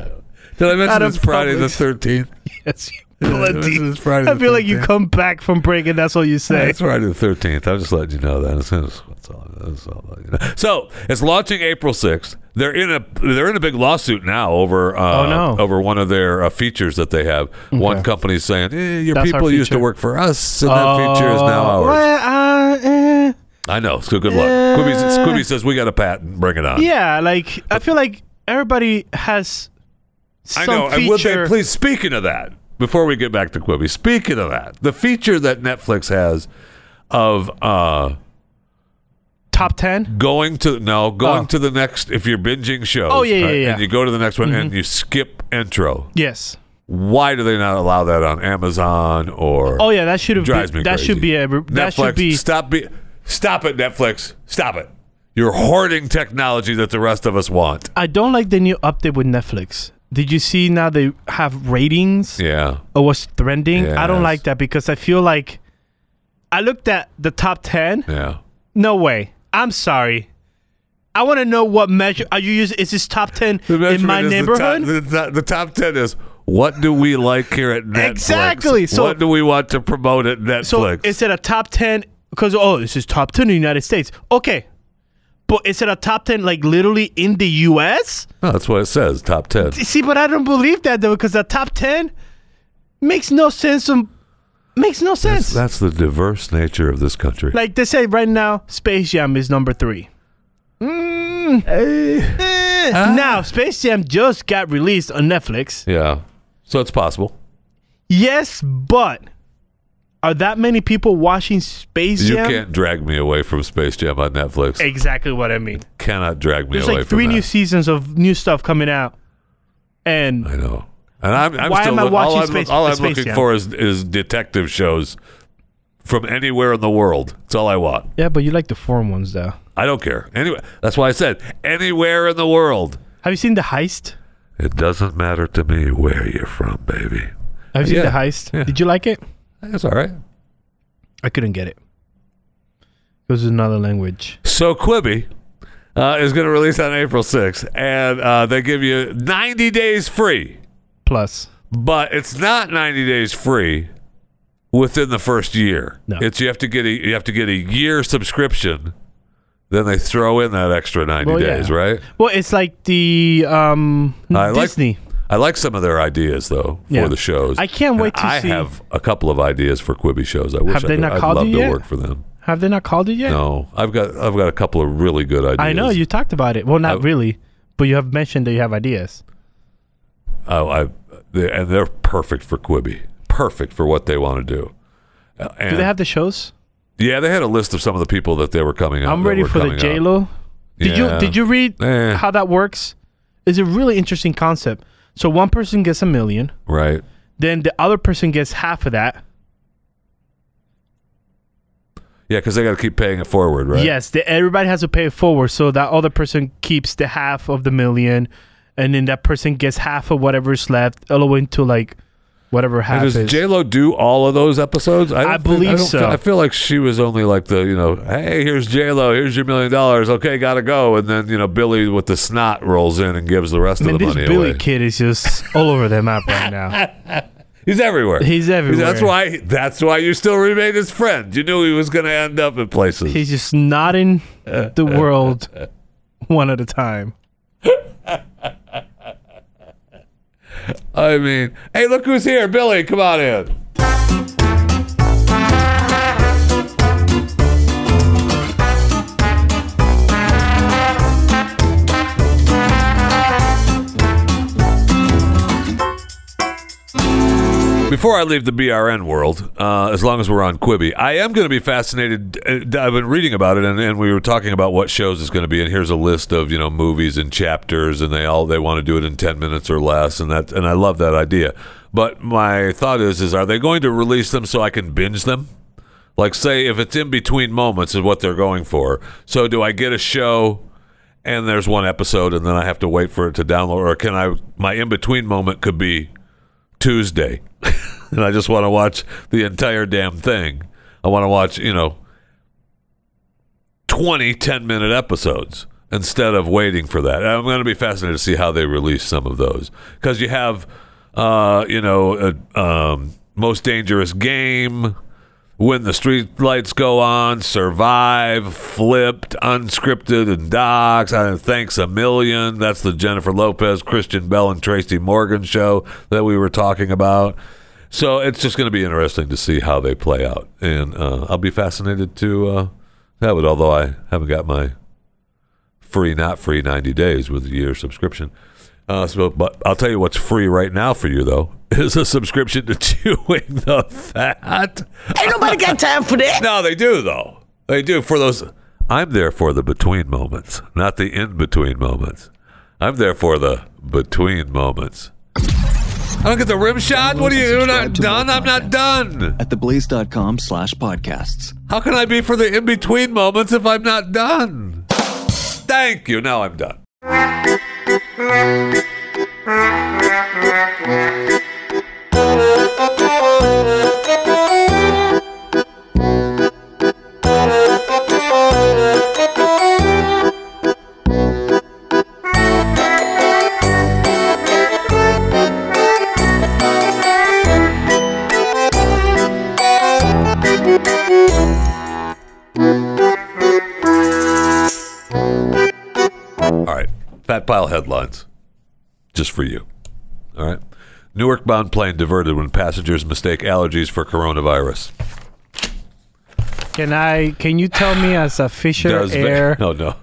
Speaker 4: Out
Speaker 2: mention
Speaker 4: of
Speaker 2: it's Friday the
Speaker 4: Publix.
Speaker 2: 13th?
Speaker 4: Yes, you
Speaker 2: This
Speaker 4: plenty.
Speaker 2: is Friday
Speaker 4: I
Speaker 2: the
Speaker 4: feel like you
Speaker 2: 13th.
Speaker 4: come back from break and that's all you say.
Speaker 2: It's Friday the 13th. I'm just letting you know that. That's, that's, that's all, that's all, you know. So it's launching April 6th. They're in a they're in a big lawsuit now over uh,
Speaker 4: Oh, no.
Speaker 2: over one of their uh, features that they have. One company's saying eh, your
Speaker 4: That's our
Speaker 2: people used to
Speaker 4: feature.
Speaker 2: work for us, and that feature is now
Speaker 4: Uh,
Speaker 2: ours.
Speaker 4: well, uh, eh.
Speaker 2: I know. So good luck.
Speaker 4: Uh,
Speaker 2: Quibi, says- Quibi says we got a patent. Bring it on.
Speaker 4: Yeah, like I feel like everybody has some
Speaker 2: I know. And would
Speaker 4: feature.
Speaker 2: they please? Speaking of that, before we get back to Quibi, speaking of that, the feature that Netflix has of uh
Speaker 4: top ten?
Speaker 2: going to no going
Speaker 4: Oh.
Speaker 2: to the next if you're binging shows.
Speaker 4: Oh, yeah, yeah, yeah. Mm-hmm.
Speaker 2: And you go to the next one and you skip intro.
Speaker 4: Yes.
Speaker 2: Why do they not allow that on Amazon or?
Speaker 4: Oh yeah, that should have.
Speaker 2: drives
Speaker 4: been-
Speaker 2: me
Speaker 4: That
Speaker 2: crazy.
Speaker 4: should be a. That
Speaker 2: Netflix,
Speaker 4: should be.
Speaker 2: stop be stop it Netflix stop it. You're hoarding technology that the rest of us want.
Speaker 4: I don't like the new update with Netflix. Did you see now they have ratings
Speaker 2: Yeah.
Speaker 4: or what's trending? I don't
Speaker 2: Yes.
Speaker 4: like that because I feel like I looked at the top ten.
Speaker 2: Yeah.
Speaker 4: No way. I'm sorry. I want to know what measure are you using? Is this top ten
Speaker 2: The
Speaker 4: in my
Speaker 2: measurement is the top-
Speaker 4: neighborhood?
Speaker 2: The top, the top ten is what do we like here at Netflix?
Speaker 4: Exactly. So-
Speaker 2: what do we want to promote at Netflix?
Speaker 4: So is it a top ten? Because oh, this is top ten in the United States. Okay, but is it a top ten like literally in the U.S.?
Speaker 2: No, that's what it says. Top ten.
Speaker 4: You See, but I don't believe that though because the top ten makes no sense. um, Makes no sense.
Speaker 2: That's the diverse nature of this country.
Speaker 4: like they say right now, Space Jam is number three. Mm. Eh. Now, Space Jam just got released on Netflix.
Speaker 2: yeah. So it's possible.
Speaker 4: Yes, but are that many people watching Space
Speaker 2: You
Speaker 4: Jam?
Speaker 2: can't drag me away from Space Jam on Netflix.
Speaker 4: Exactly what I mean.
Speaker 2: Cannot drag me
Speaker 4: There's
Speaker 2: away
Speaker 4: like
Speaker 2: from
Speaker 4: three
Speaker 2: that.
Speaker 4: new seasons of new stuff coming out, and
Speaker 2: I know. And I'm, I'm
Speaker 4: Why
Speaker 2: still
Speaker 4: am I
Speaker 2: look- all
Speaker 4: watching
Speaker 2: I'm,
Speaker 4: Space-
Speaker 2: all I'm
Speaker 4: Space
Speaker 2: looking
Speaker 4: Jam?
Speaker 2: for is, is detective shows from anywhere in the world. That's all I want.
Speaker 4: yeah, but you like the foreign ones though.
Speaker 2: I don't care. Anyway, that's why I said anywhere in the world.
Speaker 4: Have you seen the heist?
Speaker 2: It doesn't matter to me where you're from, baby.
Speaker 4: Have you
Speaker 2: Yeah,
Speaker 4: seen the heist?
Speaker 2: yeah.
Speaker 4: Did you like it?
Speaker 2: That's all right.
Speaker 4: I couldn't get it. It was another language.
Speaker 2: So Quibi uh, is going to release on April 6th, and uh, they give you 90 days free.
Speaker 4: Plus,
Speaker 2: but it's not 90 days free within the first year.
Speaker 4: No.
Speaker 2: It's you have to get a you have to get a year subscription. Then they throw in that extra 90
Speaker 4: Well, yeah.
Speaker 2: days, right?
Speaker 4: well, it's like the um
Speaker 2: I like-
Speaker 4: Disney.
Speaker 2: I like some of their ideas though for
Speaker 4: Yeah.
Speaker 2: the shows.
Speaker 4: I can't
Speaker 2: And
Speaker 4: wait to
Speaker 2: I
Speaker 4: see-
Speaker 2: have a couple of ideas for Quibi shows. I wish
Speaker 4: Have
Speaker 2: I
Speaker 4: they
Speaker 2: could.
Speaker 4: not
Speaker 2: I'd
Speaker 4: called
Speaker 2: love
Speaker 4: you
Speaker 2: to
Speaker 4: yet?
Speaker 2: work for them.
Speaker 4: Have they not called it yet?
Speaker 2: No, I've got I've got a couple of really good ideas.
Speaker 4: I know you talked about it. Well, not
Speaker 2: I-
Speaker 4: really, but you have mentioned that you have ideas.
Speaker 2: Oh, I they, and they're perfect for Quibi. Perfect for what they want to do. Uh,
Speaker 4: Do
Speaker 2: and-
Speaker 4: they have the shows?
Speaker 2: Yeah, they had a list of some of the people that they were coming up.
Speaker 4: I'm
Speaker 2: that
Speaker 4: ready
Speaker 2: were
Speaker 4: for the
Speaker 2: coming up.
Speaker 4: J Lo. Did
Speaker 2: Yeah.
Speaker 4: you did you read
Speaker 2: Eh.
Speaker 4: how that works? It's a really interesting concept. So one person gets a million,
Speaker 2: Right.
Speaker 4: then the other person gets half of that.
Speaker 2: Yeah, because they got to keep paying it forward, right?
Speaker 4: Yes, the, everybody has to pay it forward, so that other person keeps the half of the million, and then that person gets half of whatever's left, all the way into like whatever
Speaker 2: And
Speaker 4: half
Speaker 2: does
Speaker 4: is.
Speaker 2: J Lo do all of those episodes? don't
Speaker 4: I
Speaker 2: think-
Speaker 4: believe
Speaker 2: don't
Speaker 4: so.
Speaker 2: feel- I feel like she was only like the you know, hey, here's J Lo, here's your million dollars. Okay, gotta go. And then you know, Billy with the snot rolls in and gives the rest
Speaker 4: Man,
Speaker 2: of the
Speaker 4: this
Speaker 2: money
Speaker 4: Billy
Speaker 2: away.
Speaker 4: kid is just all over the map right
Speaker 2: [laughs]
Speaker 4: now.
Speaker 2: He's everywhere.
Speaker 4: He's everywhere.
Speaker 2: That's why. That's why you still remain his friend. You knew he was gonna end up in places.
Speaker 4: He's just nodding
Speaker 2: [laughs]
Speaker 4: the world one at a time.
Speaker 2: I mean, hey, look who's here, Billy. Come on in. Before I leave the BRN world, uh, as long as we're on Quibi, I am going to be fascinated. uh, I've been reading about it, and, and we were talking about what shows it's going to be. And here's a list of you know movies and chapters, and they all they want to do it in ten minutes or less, and that and I love that idea. But my thought is, is are they going to release them so I can binge them? Like, say, if it's in between moments, is what they're going for. So, do I get a show and there's one episode and then I have to wait for it to download? Or can I, my in between moment could be Tuesday [laughs] and I just want to watch the entire damn thing. I want to watch, you know, 20 10 minute episodes instead of waiting for that. I'm going to be fascinated to see how they release some of those because you have, uh, you know, uh um, most dangerous game. When the street lights go on, survive, flipped, unscripted, and docs. I thanks a million. That's the Jennifer Lopez, Christian Bell, and Tracy Morgan show that we were talking about. So it's just going to be interesting to see how they play out, and uh, I'll be fascinated to uh, have it. Although I haven't got my free, not free, ninety days with a year subscription. Uh, so, but I'll tell you what's free right now for you though [laughs] is a subscription to [laughs] Chewing the Fat.
Speaker 5: Ain't nobody got time for that.
Speaker 2: No, they do though. They do for those. I'm there for the between moments, not the in between moments. I'm there for the between moments. I don't get the rim shot. What are you? You're not done. I'm not done.
Speaker 1: at theblaze.com slash podcasts.
Speaker 2: How can I be for the in between moments if I'm not done? Thank you. Now I'm done. All right. Fat pile headlines. Just for you. All right. Newark bound plane diverted when passengers mistake allergies for coronavirus.
Speaker 4: Can I? Can you tell me as a Fisher
Speaker 2: Does Ve-
Speaker 4: Air?
Speaker 2: No, no.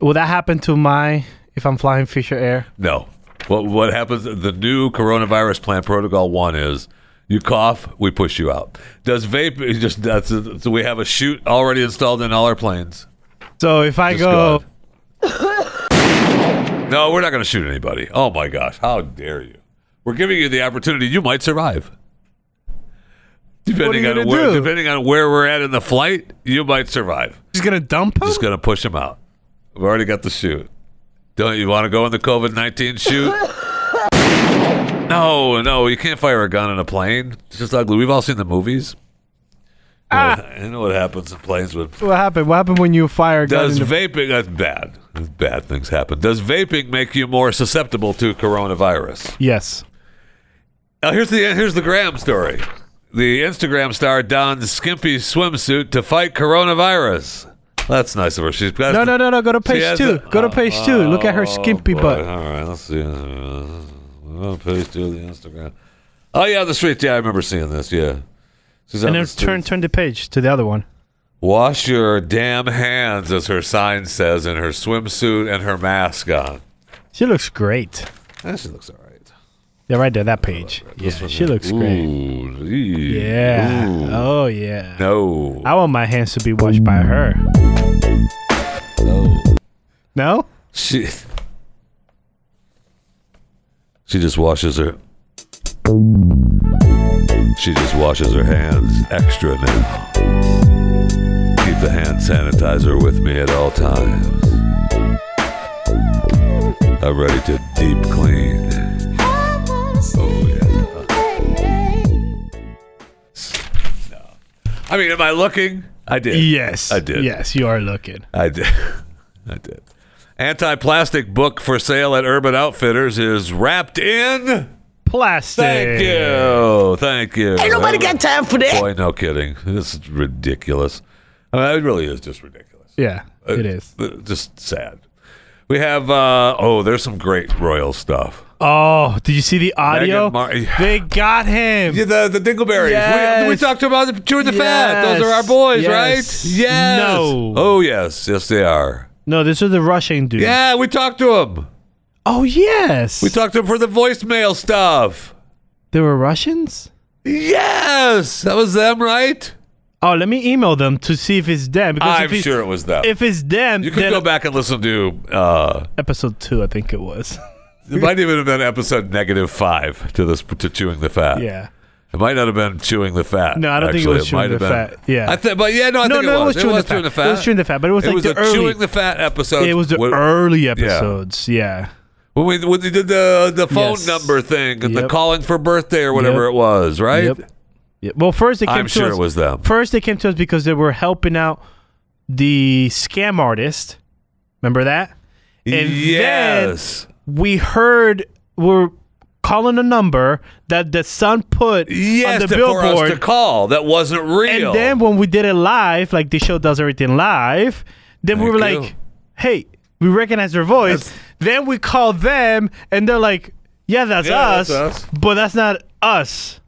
Speaker 4: Will that happen to my if I'm flying Fisher Air?
Speaker 2: No. What what happens? The new coronavirus plan protocol one is you cough, we push you out. Does vape it just that's so we have a chute already installed in all our planes.
Speaker 4: So if I
Speaker 2: Just
Speaker 4: go,
Speaker 2: God. [laughs] no, we're not going to shoot anybody. Oh my gosh, how dare you? We're giving you the opportunity. You might survive. Depending
Speaker 4: you
Speaker 2: on
Speaker 4: gonna
Speaker 2: where,
Speaker 4: do?
Speaker 2: depending on where we're at in the flight, you might survive.
Speaker 4: just gonna dump him.
Speaker 2: Just going to push him out. We've already got the shoot. Don't you want to go in the COVID nineteen
Speaker 4: [laughs]
Speaker 2: shoot? no, no, you can't fire a gun in a plane. It's just ugly. We've all seen the movies.
Speaker 4: Ah.
Speaker 2: I know what happens in planes when
Speaker 4: What happened? What happened when you fire a gun
Speaker 2: does
Speaker 4: in the-
Speaker 2: vaping that's bad. That's Bad things happen. Does vaping make you more susceptible to coronavirus?
Speaker 4: yes.
Speaker 2: Now here's the here's the Graham story. The Instagram star dons skimpy swimsuit to fight coronavirus. That's nice of her. She's got
Speaker 4: No, no, no, no. Go to
Speaker 2: She
Speaker 4: page
Speaker 2: has
Speaker 4: two.
Speaker 2: a- Oh,
Speaker 4: go to page two. Look at her skimpy
Speaker 2: Boy,
Speaker 4: butt.
Speaker 2: All right, let's see. Uh, Page two of the Instagram. Oh yeah, the street. Yeah, I remember seeing this. Yeah, She's out
Speaker 4: And
Speaker 2: in
Speaker 4: then
Speaker 2: the street.
Speaker 4: turn turn the page to the other one.
Speaker 2: Wash your damn hands, as her sign says, in her swimsuit and her mask on.
Speaker 4: She looks great.
Speaker 2: Eh, she looks all right.
Speaker 4: Yeah, right there. That page. Yeah, she looks great.
Speaker 2: Ooh, ee,
Speaker 4: Yeah.
Speaker 2: ooh.
Speaker 4: Oh yeah.
Speaker 2: No.
Speaker 4: I want my hands to be washed by her.
Speaker 2: no.
Speaker 4: No.
Speaker 2: She. She just washes her. She just washes her hands extra now. Keep the hand sanitizer with me at all times. I'm ready to deep clean. Oh yeah. I mean, am I looking? I did.
Speaker 4: Yes.
Speaker 2: I did.
Speaker 4: Yes, you are looking.
Speaker 2: I did. I did. Anti plastic book for sale at Urban Outfitters is wrapped in.
Speaker 4: Plastic.
Speaker 2: Thank you. Thank you.
Speaker 5: Ain't nobody got time for that.
Speaker 2: Boy, no kidding. This is ridiculous. I mean, it really is just ridiculous.
Speaker 4: Yeah, it
Speaker 2: Uh,
Speaker 4: is.
Speaker 2: uh, Just sad. We have, uh, oh, there's some great royal stuff.
Speaker 4: Oh, did you see the audio?
Speaker 2: Meghan Mar- [laughs]
Speaker 4: they got him.
Speaker 2: Yeah, the, the Dingleberries. We, we
Speaker 4: Yes.
Speaker 2: talked about the chewing the fat. Those are our
Speaker 4: Yes.
Speaker 2: boys,
Speaker 4: Yes.
Speaker 2: right? Yes.
Speaker 4: No.
Speaker 2: Oh, yes. Yes, they are.
Speaker 4: No, this is the Russian dude.
Speaker 2: Yeah, we talked to them.
Speaker 4: Oh yes.
Speaker 2: We talked to him for the voicemail stuff.
Speaker 4: they were Russians.
Speaker 2: Yes, that was them, right?
Speaker 4: Oh, let me email them to see if it's them. Because
Speaker 2: I'm
Speaker 4: if it's,
Speaker 2: sure it was them.
Speaker 4: If it's them,
Speaker 2: you could
Speaker 4: then
Speaker 2: go back and listen to. Uh,
Speaker 4: episode two, I think
Speaker 2: [laughs]
Speaker 4: it was.
Speaker 2: it might even have been episode negative five to this to chewing the fat.
Speaker 4: yeah.
Speaker 2: it might not have been chewing the fat.
Speaker 4: No, I don't think it
Speaker 2: actually.
Speaker 4: was Chewing
Speaker 2: might
Speaker 4: the
Speaker 2: have been.
Speaker 4: Fat. Yeah.
Speaker 2: I think, but yeah, no, I
Speaker 4: No,
Speaker 2: think
Speaker 4: no,
Speaker 2: it was.
Speaker 4: Chewing the
Speaker 2: chewing the
Speaker 4: Fat.
Speaker 2: fat.
Speaker 4: It was Chewing the Fat, but it was like
Speaker 2: was
Speaker 4: the
Speaker 2: a
Speaker 4: early-
Speaker 2: chewing the fat episode.
Speaker 4: It was the
Speaker 2: When-
Speaker 4: early episodes. Yeah.
Speaker 2: when we when they did the the phone
Speaker 4: Yes.
Speaker 2: number thing, and the
Speaker 4: Yep.
Speaker 2: calling for birthday or whatever
Speaker 4: Yep.
Speaker 2: it was, right?
Speaker 4: Yep. Yeah. Well, first they came
Speaker 2: I'm
Speaker 4: to
Speaker 2: sure
Speaker 4: us-
Speaker 2: it was them.
Speaker 4: First they came to us because they were helping out the scam artist. Remember that? And
Speaker 2: yes.
Speaker 4: then we heard we're calling a number that the son put
Speaker 2: yes.
Speaker 4: on the
Speaker 2: that For us to
Speaker 4: billboard.
Speaker 2: call that wasn't real.
Speaker 4: and then when we did it live, like this show does everything live, then we
Speaker 2: Thank
Speaker 4: were
Speaker 2: you.
Speaker 4: like, hey, we recognize their voice.
Speaker 2: That's-
Speaker 4: then we call them and they're like, yeah, that's,
Speaker 2: Yeah,
Speaker 4: us,
Speaker 2: that's us.
Speaker 4: but that's not us.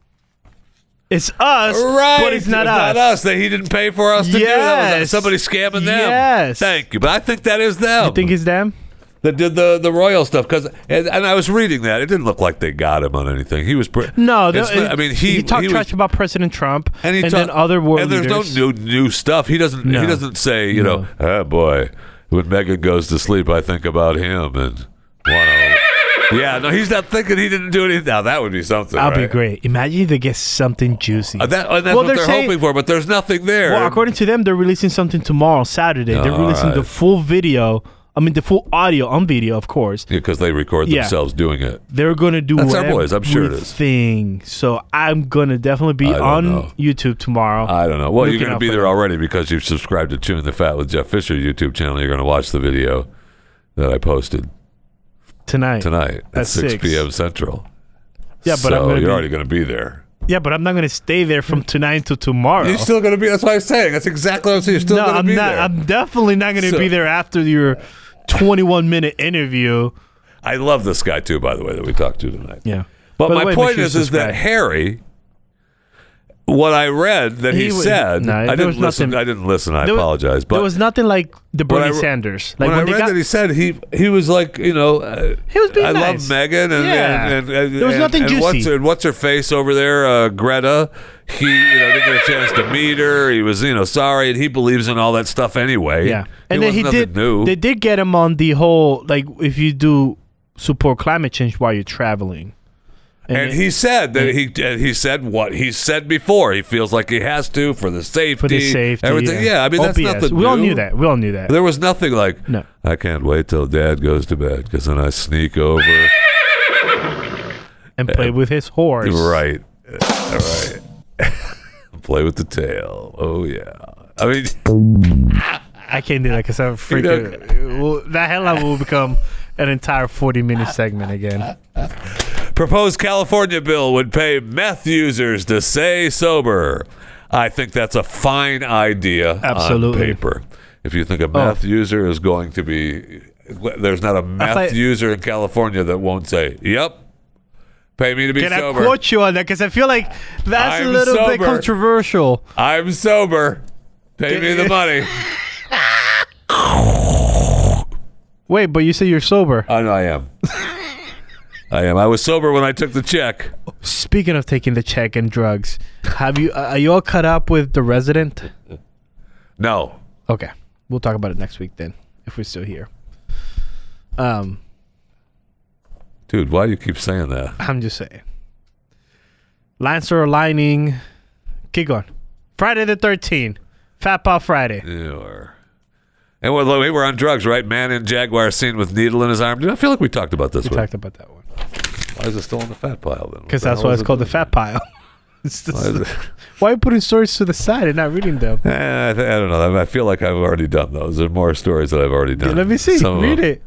Speaker 4: It's us,
Speaker 2: Right,
Speaker 4: but it's not
Speaker 2: It's
Speaker 4: us.
Speaker 2: not us that he didn't pay for us to do. That was
Speaker 4: Yes.
Speaker 2: somebody scamming them.
Speaker 4: Yes.
Speaker 2: Thank you, but I think that is them.
Speaker 4: You think it's them?
Speaker 2: that did the the royal stuff because and, and I was reading that it didn't look like they got him on anything. He was pre-
Speaker 4: No,
Speaker 2: It's
Speaker 4: the-
Speaker 2: not- I mean he
Speaker 4: he talked
Speaker 2: was-
Speaker 4: trash about President Trump and,
Speaker 2: and he
Speaker 4: then
Speaker 2: talked-
Speaker 4: other world
Speaker 2: and there's
Speaker 4: leaders.
Speaker 2: no new new stuff. He doesn't
Speaker 4: No.
Speaker 2: he doesn't say you know oh boy when Megan goes to sleep I think about him and wanna yeah no he's not thinking he didn't do anything. Now that would be something.
Speaker 4: That'd
Speaker 2: right?
Speaker 4: be great. Imagine if they get something juicy.
Speaker 2: Uh, that, and that's
Speaker 4: Well,
Speaker 2: what
Speaker 4: they're
Speaker 2: they're,
Speaker 4: saying-
Speaker 2: hoping for, but there's nothing there.
Speaker 4: well, according to them, they're releasing something tomorrow, Saturday. They're
Speaker 2: All
Speaker 4: releasing the
Speaker 2: right.
Speaker 4: full video. I mean, the full audio on video, of course.
Speaker 2: because they record
Speaker 4: Yeah.
Speaker 2: themselves doing it.
Speaker 4: They're gonna do
Speaker 2: That's our boys, I'm sure it is.
Speaker 4: Thing. So I'm gonna definitely be
Speaker 2: I don't
Speaker 4: on
Speaker 2: know.
Speaker 4: YouTube tomorrow.
Speaker 2: I don't know. Well,
Speaker 4: Looking
Speaker 2: you're going
Speaker 4: out
Speaker 2: to be
Speaker 4: for
Speaker 2: there
Speaker 4: that.
Speaker 2: already because you've subscribed to Chewing the Fat with Jeff Fisher YouTube channel. You're going to watch the video that I posted
Speaker 4: tonight.
Speaker 2: tonight at,
Speaker 4: At
Speaker 2: 6,
Speaker 4: 6.
Speaker 2: p.m. Central.
Speaker 4: Yeah, but
Speaker 2: so
Speaker 4: I'm gonna
Speaker 2: you're
Speaker 4: be,
Speaker 2: already going to be there.
Speaker 4: Yeah, but I'm not gonna stay there from tonight to tomorrow.
Speaker 2: You're still going to be. That's what I'm saying. That's exactly what I'm saying. You're still
Speaker 4: no,
Speaker 2: going to
Speaker 4: I'm
Speaker 2: be
Speaker 4: not.
Speaker 2: there.
Speaker 4: I'm definitely not gonna
Speaker 2: So-
Speaker 4: be there after your 21 minute interview.
Speaker 2: I love this guy too, by the way, that we talked to tonight.
Speaker 4: Yeah.
Speaker 2: But
Speaker 4: By the
Speaker 2: my
Speaker 4: way, make
Speaker 2: point
Speaker 4: sure you
Speaker 2: is, is that
Speaker 4: subscribe.
Speaker 2: Harry. What I read that he,
Speaker 4: He was-
Speaker 2: said,
Speaker 4: no,
Speaker 2: I
Speaker 4: there
Speaker 2: didn't
Speaker 4: was
Speaker 2: listen.
Speaker 4: nothing-
Speaker 2: I didn't listen. I
Speaker 4: There was-
Speaker 2: apologize. But
Speaker 4: there was nothing like the
Speaker 2: When I
Speaker 4: Bernie
Speaker 2: re-
Speaker 4: Sanders. Like
Speaker 2: when, I
Speaker 4: they
Speaker 2: read
Speaker 4: got-
Speaker 2: that he said he he was like you know uh,
Speaker 4: He was being
Speaker 2: I
Speaker 4: nice.
Speaker 2: love Megan and,
Speaker 4: Yeah.
Speaker 2: and, and, and
Speaker 4: There was
Speaker 2: and-
Speaker 4: nothing
Speaker 2: and What's
Speaker 4: juicy.
Speaker 2: her, what's her face over there, uh, Greta? He you know didn't get a chance to meet her. He was you know sorry, and he believes in all that stuff anyway.
Speaker 4: Yeah,
Speaker 2: It
Speaker 4: and then
Speaker 2: wasn't
Speaker 4: he
Speaker 2: nothing
Speaker 4: did.
Speaker 2: New.
Speaker 4: They did get him on the whole like if you do support climate change while you're traveling,
Speaker 2: and
Speaker 4: it-
Speaker 2: he said that he and he said what he said before. He feels like he has to for the safety,
Speaker 4: for the safety,
Speaker 2: everything. Yeah, I mean
Speaker 4: All
Speaker 2: that's
Speaker 4: BS.
Speaker 2: nothing.
Speaker 4: We all
Speaker 2: new.
Speaker 4: knew that. We all knew that.
Speaker 2: There was nothing like,
Speaker 4: No.
Speaker 2: I can't wait till dad goes to bed because then I sneak over. [laughs]
Speaker 4: And played with his horse.
Speaker 2: Right. All right. [laughs] Play with the tail. Oh yeah. I mean,
Speaker 4: I can't do that because
Speaker 2: [laughs]
Speaker 4: I'm freaking. well, that headline will become an entire 40 minute segment again.
Speaker 2: proposed California bill would pay meth users to stay sober. I think that's a fine idea
Speaker 4: Absolutely. Oh.
Speaker 2: on paper. If you think a meth user is going to be, there's not a meth
Speaker 4: thought-
Speaker 2: user in California that won't say, "Yep, pay me to be
Speaker 4: Can I
Speaker 2: sober.
Speaker 4: quote you on that? Because I feel like that's a
Speaker 2: I'm
Speaker 4: little bit
Speaker 2: sober.
Speaker 4: controversial.
Speaker 2: I'm sober. Pay me
Speaker 4: [laughs]
Speaker 2: the money."
Speaker 4: Wait, but you say you're sober.
Speaker 2: I know I am. I am. I was sober when I took the check.
Speaker 4: Speaking of taking the check and drugs, have you are you all caught up with the resident?
Speaker 2: No,
Speaker 4: Okay. We'll talk about it next week then, if we're still here. Um,
Speaker 2: Dude, why do you keep saying that?
Speaker 4: I'm just saying. Lancer lining. Keep going. Friday the 13th. Fat Paw Friday.
Speaker 2: Ew. And we're, we were on drugs, right? Man in Jaguar seen with needle in his arm. Dude, I feel like we talked about this
Speaker 4: We
Speaker 2: one.
Speaker 4: talked about that one.
Speaker 2: Why is it still in the fat pile then? What
Speaker 4: Because
Speaker 2: the
Speaker 4: that's
Speaker 2: hell
Speaker 4: why
Speaker 2: is it
Speaker 4: it's called the
Speaker 2: doing?
Speaker 4: fat pile. [laughs] It's
Speaker 2: Why is
Speaker 4: just,
Speaker 2: it-
Speaker 4: why are you putting stories to the side and not reading them?
Speaker 2: Eh, I, th- I don't know. I feel like I've already done those. There are more stories that I've already done.
Speaker 4: Let me see.
Speaker 2: Some of
Speaker 4: Read
Speaker 2: them.
Speaker 4: it.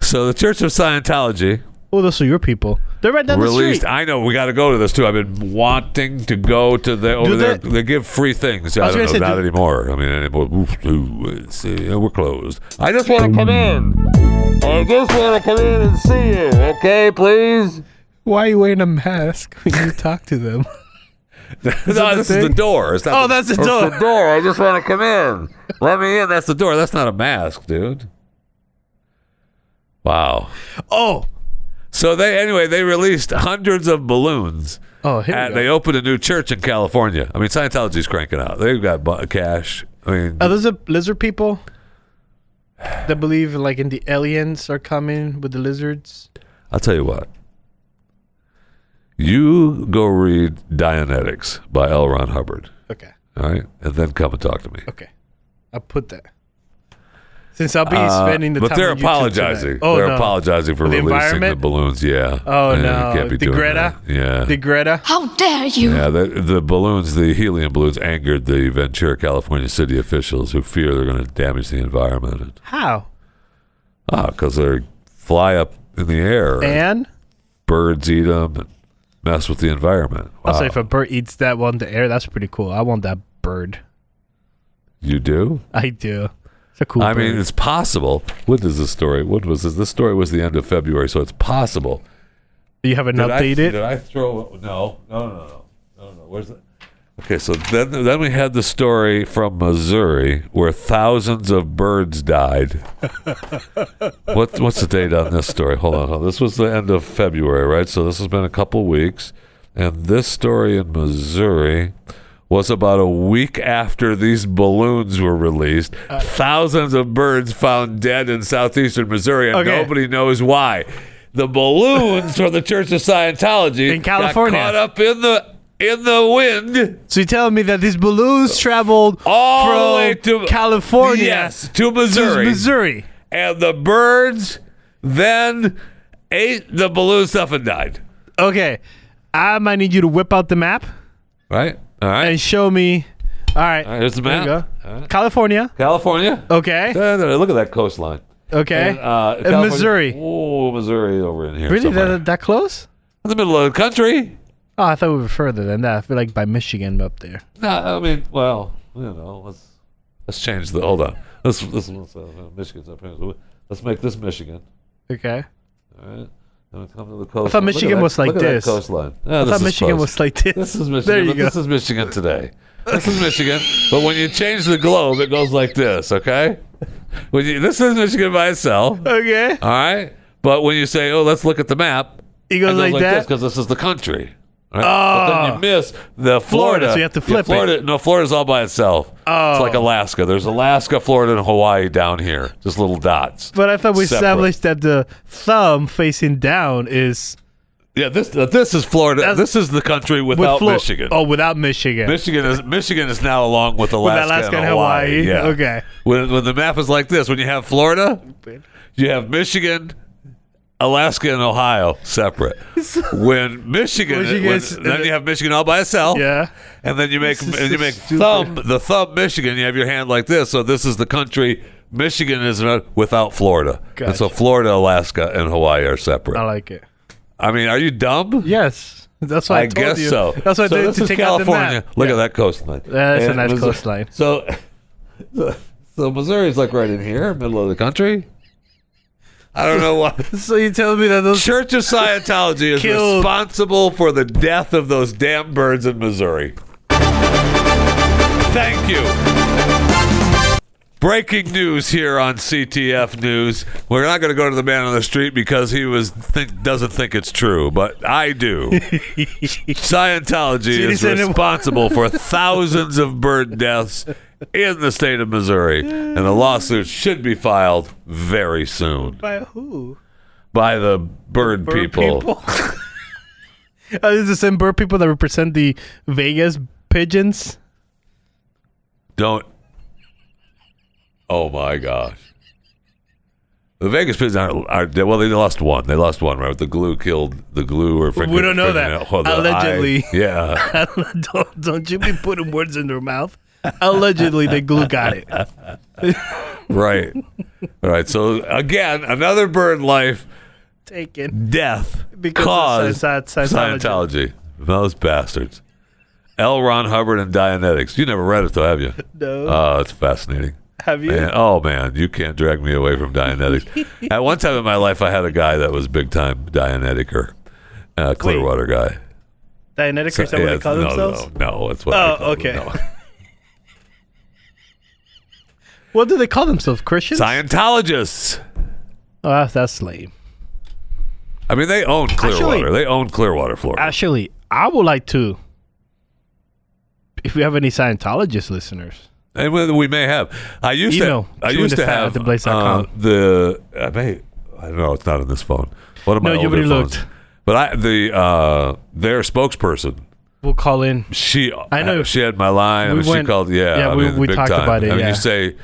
Speaker 2: So the Church of Scientology
Speaker 4: Oh, those are your people. They're right down the
Speaker 2: released.
Speaker 4: street.
Speaker 2: I know we got to go to this too. I've been wanting to go to the over there.
Speaker 4: they-
Speaker 2: They, give free things. I, don't
Speaker 4: was
Speaker 2: know.
Speaker 4: gonna say,
Speaker 2: not
Speaker 4: do-
Speaker 2: anymore. I mean, anymore. Oof, ooh, let's see. Yeah, We're closed. I just want to come in. I just want to come in and see you. Okay, please.
Speaker 4: Why are you wearing a mask when you talk to them? [laughs]
Speaker 2: [laughs] no, this is the
Speaker 4: thing?
Speaker 2: door. It's not
Speaker 4: Oh, that's the
Speaker 2: it's
Speaker 4: door.
Speaker 2: the door. I just want to come in. Let me in. That's the door. That's not a mask, dude. Wow.
Speaker 4: Oh.
Speaker 2: So they anyway they released hundreds of balloons.
Speaker 4: Oh, here
Speaker 2: And
Speaker 4: we go.
Speaker 2: Uh, they opened a new church in California. I mean, Scientology's cranking out. They've got bu- cash. I mean,
Speaker 4: Are those the lizard people that believe like in the aliens are coming with the lizards?
Speaker 2: I'll tell you what. You go read Dianetics by L. Ron Hubbard,
Speaker 4: Okay,
Speaker 2: all right? And then come and talk to me.
Speaker 4: okay, I'll put that. Since I'll be
Speaker 2: Uh,
Speaker 4: spending the
Speaker 2: but
Speaker 4: time
Speaker 2: they're
Speaker 4: with you two
Speaker 2: apologizing.
Speaker 4: tonight. Oh,
Speaker 2: they're
Speaker 4: no.
Speaker 2: apologizing for
Speaker 4: the
Speaker 2: releasing the
Speaker 4: environment?
Speaker 2: balloons. Yeah.
Speaker 4: Oh,
Speaker 2: Yeah, you
Speaker 4: no.
Speaker 2: Can't be
Speaker 4: The
Speaker 2: doing
Speaker 4: Greta?
Speaker 2: that. Yeah.
Speaker 4: The Greta.
Speaker 6: How dare you?
Speaker 2: yeah, the, the balloons, the helium balloons, angered the Ventura, California city officials who fear they're going to damage the environment.
Speaker 4: How?
Speaker 2: Ah, because they fly up in the air, and
Speaker 4: And
Speaker 2: birds eat them, and mess with the environment. Wow.
Speaker 4: also, if a bird eats that one in the air, that's pretty cool. I want that bird.
Speaker 2: you do?
Speaker 4: I do. It's a cool.
Speaker 2: I
Speaker 4: bird.
Speaker 2: mean, it's possible. What is this story? What was this? This story was the end of February, so it's possible.
Speaker 4: Do you haven't
Speaker 2: Did I-
Speaker 4: updated?
Speaker 2: Did I throw? No, no, no, no, no, no. Where's the? Okay, so then then we had the story from Missouri where thousands of birds died. what what's the date on this story? Hold on, hold on. This was the end of February, right? So this has been a couple weeks, and this story in Missouri was about a week after these balloons were released.
Speaker 4: Uh,
Speaker 2: Thousands of birds found dead in southeastern Missouri, and
Speaker 4: Okay.
Speaker 2: nobody knows why. The balloons from the Church of Scientology
Speaker 4: In California.
Speaker 2: got caught up in the in the wind
Speaker 4: so you're telling me that these balloons traveled
Speaker 2: all
Speaker 4: from
Speaker 2: the way to
Speaker 4: California
Speaker 2: Yes, to
Speaker 4: to
Speaker 2: Missouri.
Speaker 4: Missouri.
Speaker 2: And the birds then ate the balloon stuff and died.
Speaker 4: Okay, I might need you to whip out the map
Speaker 2: Right? All right.
Speaker 4: and show me. All right,
Speaker 2: All right, here's the
Speaker 4: there you
Speaker 2: map.
Speaker 4: go. California.
Speaker 2: California.
Speaker 4: Okay.
Speaker 2: Da- da- da, Look at that coastline.
Speaker 4: Okay.
Speaker 2: And, uh,
Speaker 4: Eh. And
Speaker 2: California-
Speaker 4: Missouri.
Speaker 2: Oh, Missouri over in here.
Speaker 4: Really?
Speaker 2: somewhere.
Speaker 4: That, that close?
Speaker 2: in the middle of the country.
Speaker 4: Oh, I thought we were further than that. I feel like by Michigan up there.
Speaker 2: No, I mean, well, you know, let's let's change the. Hold on. Let's let's, let's uh, Michigan's up here. So Let's make this Michigan.
Speaker 4: Okay.
Speaker 2: All right. Then we come to the coast.
Speaker 4: thought Michigan was like
Speaker 2: look at
Speaker 4: this.
Speaker 2: That coastline. Yeah,
Speaker 4: I thought Michigan was like this.
Speaker 2: This is Michigan.
Speaker 4: There you
Speaker 2: but
Speaker 4: go.
Speaker 2: This is Michigan today. This is Michigan. But when you change the globe, it goes like this. Okay. When you, this is Michigan by itself. All
Speaker 4: okay.
Speaker 2: right. But when you say, "Oh, let's look at the map,"
Speaker 4: He
Speaker 2: it
Speaker 4: goes
Speaker 2: goes
Speaker 4: like, that. Oh.
Speaker 2: because this is the country. Right? But then you miss the Florida.
Speaker 4: so you have to
Speaker 2: Yeah,
Speaker 4: flip it.
Speaker 2: Florida. No, Florida's all by itself.
Speaker 4: Oh.
Speaker 2: It's like Alaska. There's Alaska, Florida, and Hawaii down here. Just little dots.
Speaker 4: but I thought we
Speaker 2: Separate.
Speaker 4: established that the thumb facing down is
Speaker 2: Yeah, this uh, this is Florida.
Speaker 4: That's-
Speaker 2: this is the country
Speaker 4: with
Speaker 2: without
Speaker 4: Flo-
Speaker 2: Michigan.
Speaker 4: Oh, without Michigan.
Speaker 2: Michigan is Michigan is now along with
Speaker 4: With
Speaker 2: Alaska,
Speaker 4: Alaska
Speaker 2: and Hawaii. Yeah.
Speaker 4: Okay.
Speaker 2: When, when the map is like this, when you have Florida, you have Michigan, Alaska, and Ohio
Speaker 4: [laughs]
Speaker 2: separate. when Michigan,
Speaker 4: Michigan
Speaker 2: when-
Speaker 4: is-
Speaker 2: then you have Michigan all by itself.
Speaker 4: Yeah.
Speaker 2: And then you make
Speaker 4: This is
Speaker 2: and you
Speaker 4: so
Speaker 2: make
Speaker 4: stupid.
Speaker 2: thumb the thumb Michigan. You have your hand like this. So this is the country. Michigan is not- without Florida, and so
Speaker 4: Gotcha.
Speaker 2: Florida, Alaska, and Hawaii are separate.
Speaker 4: I like it.
Speaker 2: I mean, are you dumb?
Speaker 4: Yes. That's why I,
Speaker 2: I
Speaker 4: told
Speaker 2: guess
Speaker 4: you.
Speaker 2: so.
Speaker 4: That's why
Speaker 2: so
Speaker 4: I did
Speaker 2: this
Speaker 4: to
Speaker 2: is
Speaker 4: take out the
Speaker 2: California.
Speaker 4: map.
Speaker 2: Look at that coastline.
Speaker 4: That's a
Speaker 2: And
Speaker 4: nice
Speaker 2: Missouri-
Speaker 4: coastline.
Speaker 2: So, [laughs] so Missouri's like right in here, middle of the country. I don't know why.
Speaker 4: So you telling me that those
Speaker 2: Church of Scientology is
Speaker 4: Killed.
Speaker 2: responsible for the death of those damn birds in Missouri. Thank you. Breaking news here on CTF News. We're not going to go to the man on the street because he was think, doesn't think it's true, but I [laughs] do. Scientology is
Speaker 4: said it-
Speaker 2: responsible [laughs] for thousands of bird deaths in the state of Missouri, and the lawsuit should be filed very soon
Speaker 4: [laughs] by who?
Speaker 2: by the bird,
Speaker 4: Bird
Speaker 2: people.
Speaker 4: [laughs] Are these the same bird people that represent the Vegas pigeons? [laughs]
Speaker 2: Don't. Oh my gosh. The Vegas Pigeons aren't, are well. They lost one. They lost one, right? The glue killed the glue or finger,
Speaker 4: We don't know that.
Speaker 2: fingernail- oh, the eye.
Speaker 4: Allegedly.
Speaker 2: yeah.
Speaker 4: don't, don't you be putting words in their mouth. Allegedly, the glue
Speaker 2: [laughs]
Speaker 4: got it.
Speaker 2: right. All right. So again, another bird life
Speaker 4: Taken.
Speaker 2: death
Speaker 4: Because of
Speaker 2: caused
Speaker 4: Sci- Sci- Scientology.
Speaker 2: Scientology. Those bastards. L. Ron Hubbard and Dianetics. You never read it though, have you?
Speaker 4: No.
Speaker 2: Oh, it's fascinating.
Speaker 4: Have you?
Speaker 2: Man, oh man, you can't drag me away from
Speaker 4: [laughs]
Speaker 2: Dianetics. At one time in my life, I had a guy that was big time Dianeticer, uh, Clearwater guy.
Speaker 4: Dianetics or something
Speaker 2: Yeah,
Speaker 4: they call
Speaker 2: no,
Speaker 4: themselves?
Speaker 2: No, no, that's what.
Speaker 4: Oh,
Speaker 2: they call
Speaker 4: okay.
Speaker 2: Them, no.
Speaker 4: What do they call themselves? Christians?
Speaker 2: Scientologists.
Speaker 4: Oh, that's lame.
Speaker 2: I mean, they own Clearwater.
Speaker 4: Actually-
Speaker 2: they own Clearwater, Florida.
Speaker 4: Actually, I would like to. If we have any Scientologist listeners,
Speaker 2: And we we may have. I used
Speaker 4: Email
Speaker 2: to. I
Speaker 4: chewing
Speaker 2: used
Speaker 4: the
Speaker 2: to
Speaker 4: fat
Speaker 2: have
Speaker 4: at theblaze.com.
Speaker 2: uh, the. I may. I don't know. It's not on this phone. One of my
Speaker 4: No, you
Speaker 2: older
Speaker 4: already
Speaker 2: phones.
Speaker 4: looked.
Speaker 2: But I the uh, their spokesperson.
Speaker 4: we'll
Speaker 2: [laughs]
Speaker 4: call in.
Speaker 2: She.
Speaker 4: I know.
Speaker 2: She had my line. I
Speaker 4: We
Speaker 2: mean, she
Speaker 4: went-
Speaker 2: called. Yeah.
Speaker 4: yeah,
Speaker 2: I
Speaker 4: we-
Speaker 2: mean,
Speaker 4: we
Speaker 2: big
Speaker 4: talked
Speaker 2: time.
Speaker 4: about it,
Speaker 2: I mean,
Speaker 4: yeah.
Speaker 2: you say.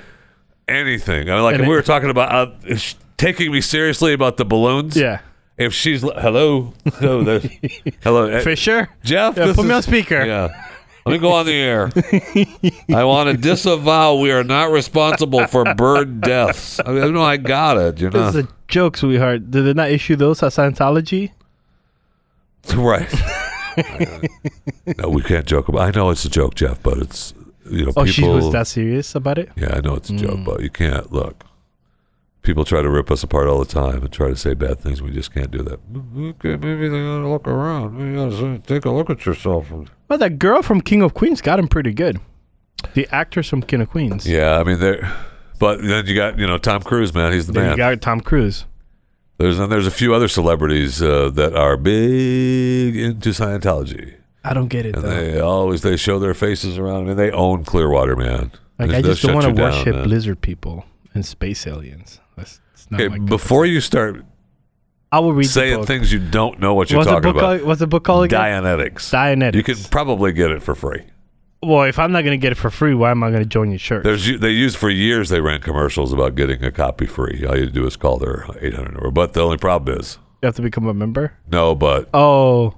Speaker 2: anything. I mean, like
Speaker 4: And
Speaker 2: we
Speaker 4: it-
Speaker 2: were talking about uh, if sh- taking me seriously about the balloons.
Speaker 4: Yeah.
Speaker 2: If she's li- hello, hello,
Speaker 4: [laughs]
Speaker 2: there's, hello, eh,
Speaker 4: Fisher?
Speaker 2: Jeff.
Speaker 4: Yeah,
Speaker 2: this
Speaker 4: put me
Speaker 2: is-
Speaker 4: on speaker.
Speaker 2: Yeah. Let me go on the
Speaker 4: [laughs]
Speaker 2: air. I want to disavow we are not responsible for bird deaths. I mean, no, I got it. You know,
Speaker 4: This is a joke, sweetheart. Did they not issue those at Scientology?
Speaker 2: right? no, we can't joke about. I know it's a joke, Jeff, but it's you know
Speaker 4: Oh,
Speaker 2: people.
Speaker 4: she was that serious about it?
Speaker 2: Yeah, I know it's a
Speaker 4: Mm.
Speaker 2: joke, but you can't look. People try to rip us apart all the time and try to say bad things. We just can't do that. Okay, maybe they ought to look around. Maybe you ought to take a look at yourself.
Speaker 4: Well, that girl from King of Queens got him pretty good. The actress from King of Queens.
Speaker 2: Yeah, I mean, they're. But then you got you know Tom Cruise, man. He's the
Speaker 4: Then
Speaker 2: man.
Speaker 4: you got Tom Cruise.
Speaker 2: there's and there's a few other celebrities uh, that are big into Scientology,
Speaker 4: I don't get it
Speaker 2: and
Speaker 4: though.
Speaker 2: they always they show their faces around. I mean, they own Clearwater, man. They'll-
Speaker 4: like I
Speaker 2: they'll
Speaker 4: just
Speaker 2: shut
Speaker 4: don't want
Speaker 2: you
Speaker 4: to
Speaker 2: down,
Speaker 4: worship
Speaker 2: man.
Speaker 4: lizard people and space aliens. That's, it's not
Speaker 2: Okay,
Speaker 4: my cup of
Speaker 2: before
Speaker 4: tea.
Speaker 2: you start
Speaker 4: I will read the
Speaker 2: saying
Speaker 4: book.
Speaker 2: things you don't know what you're
Speaker 4: what's the
Speaker 2: talking
Speaker 4: book?
Speaker 2: about,
Speaker 4: Called, what's the book called again?
Speaker 2: Dianetics.
Speaker 4: Dianetics.
Speaker 2: You can probably get it for free.
Speaker 4: well, if I'm not gonna get it for free, why am I gonna join your church?
Speaker 2: There's they used for years. They ran commercials about getting a copy free. All you do is call their 800 number. But the only problem is
Speaker 4: You have to become a member.
Speaker 2: no. But
Speaker 4: Oh,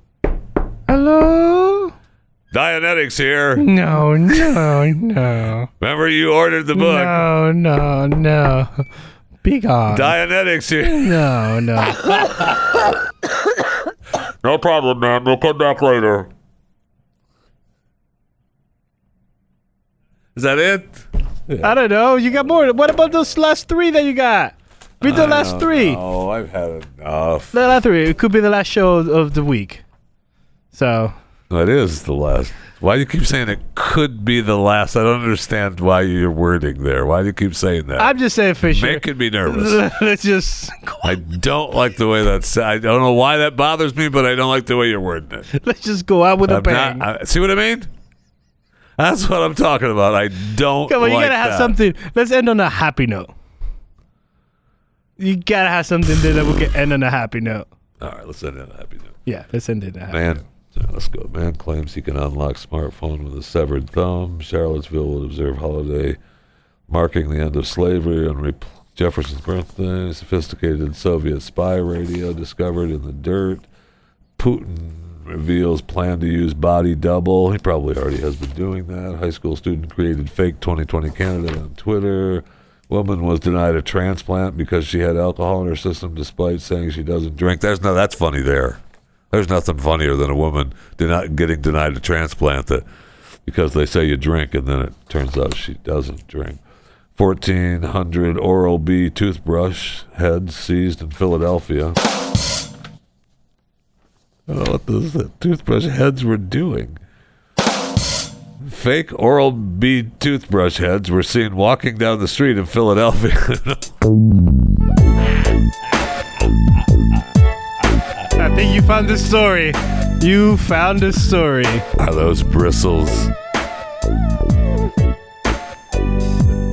Speaker 4: hello.
Speaker 2: Dianetics here.
Speaker 4: No, no, no,
Speaker 2: Remember you ordered the book.
Speaker 4: no, no, no. Be gone.
Speaker 2: Dianetics here.
Speaker 4: no, no.
Speaker 2: No problem, man. We'll come back later. Is that it?
Speaker 4: I don't know. You got more. What about those last three that you got? Read the last three.
Speaker 2: Oh, I've had enough.
Speaker 4: The last three. It could be the last show of- of the week. So
Speaker 2: That is the last. Why do you keep saying it could be the last? I don't understand why you're wording there. Why do you keep saying that?
Speaker 4: I'm just saying, Fisher.
Speaker 2: Making me nervous.
Speaker 4: [laughs] Let's just
Speaker 2: I don't like the way that's. I don't know why that bothers me, but I don't like the way you're wording it.
Speaker 4: let's just go out with a
Speaker 2: I'm
Speaker 4: bang.
Speaker 2: not- I- see what I mean? That's what I'm talking about. I don't.
Speaker 4: Come on, you
Speaker 2: like
Speaker 4: gotta have
Speaker 2: that.
Speaker 4: something. Let's end on a happy note. You gotta have something there that we can end on a happy note.
Speaker 2: All right, let's end it on a happy note.
Speaker 4: Yeah, let's end it. on a happy-
Speaker 2: Man, yeah, let's go. Man claims he can unlock smartphone with a severed thumb. Charlottesville would observe holiday marking the end of slavery on rep- Jefferson's birthday. Sophisticated Soviet spy radio discovered in the dirt. Putin reveals plan to use body double. He probably already has been doing that. High school student created fake 2020 candidate on Twitter. Woman was denied a transplant because she had alcohol in her system despite saying she doesn't drink. There's no that's funny there. There's nothing funnier than a woman deny, getting denied a transplant that because they say you drink and then it turns out she doesn't drink. 1400 Oral B toothbrush heads seized in Philadelphia. I don't know what those the toothbrush heads were doing. Fake Oral B toothbrush heads were seen walking down the street in Philadelphia. [laughs]
Speaker 4: I think you found the story. You found the story.
Speaker 2: Are those bristles?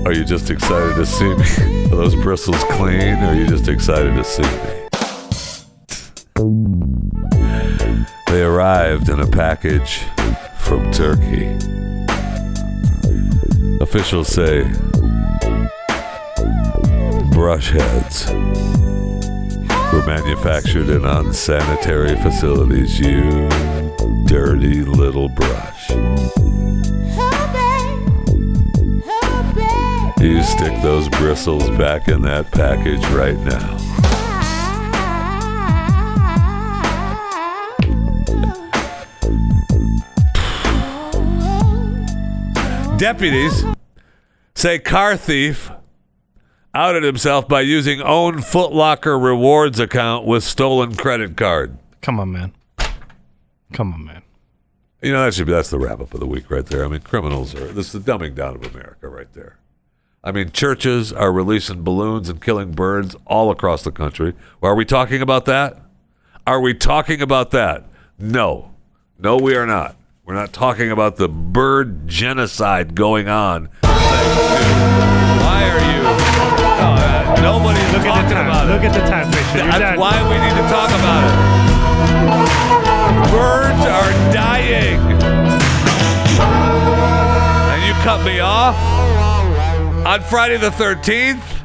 Speaker 2: Are you just excited to see me? [laughs] Are those bristles clean? Or are you just excited to see me? They arrived in a package from Turkey. Officials say brush heads were manufactured in unsanitary facilities. You dirty little brush. You stick those bristles back in that package right now. Deputies say car thief outed himself by using own Foot Locker rewards account with stolen credit card.
Speaker 4: Come on, man. Come on, man.
Speaker 2: You know that should be that's the wrap up of the week right there. I mean, criminals are this is the dumbing down of America right there. I mean, churches are releasing balloons and killing birds all across the country. Are we talking about that? Are we talking about that? No. No, we are not. We're not talking about the bird genocide going on. Why are you? No, uh, nobody's
Speaker 4: Look at the
Speaker 2: talking about
Speaker 4: time.
Speaker 2: it.
Speaker 4: Look at the time, Fisher. You're
Speaker 2: That's
Speaker 4: done.
Speaker 2: why we need to talk about it. Birds are dying. And you cut me off? On Friday the 13th,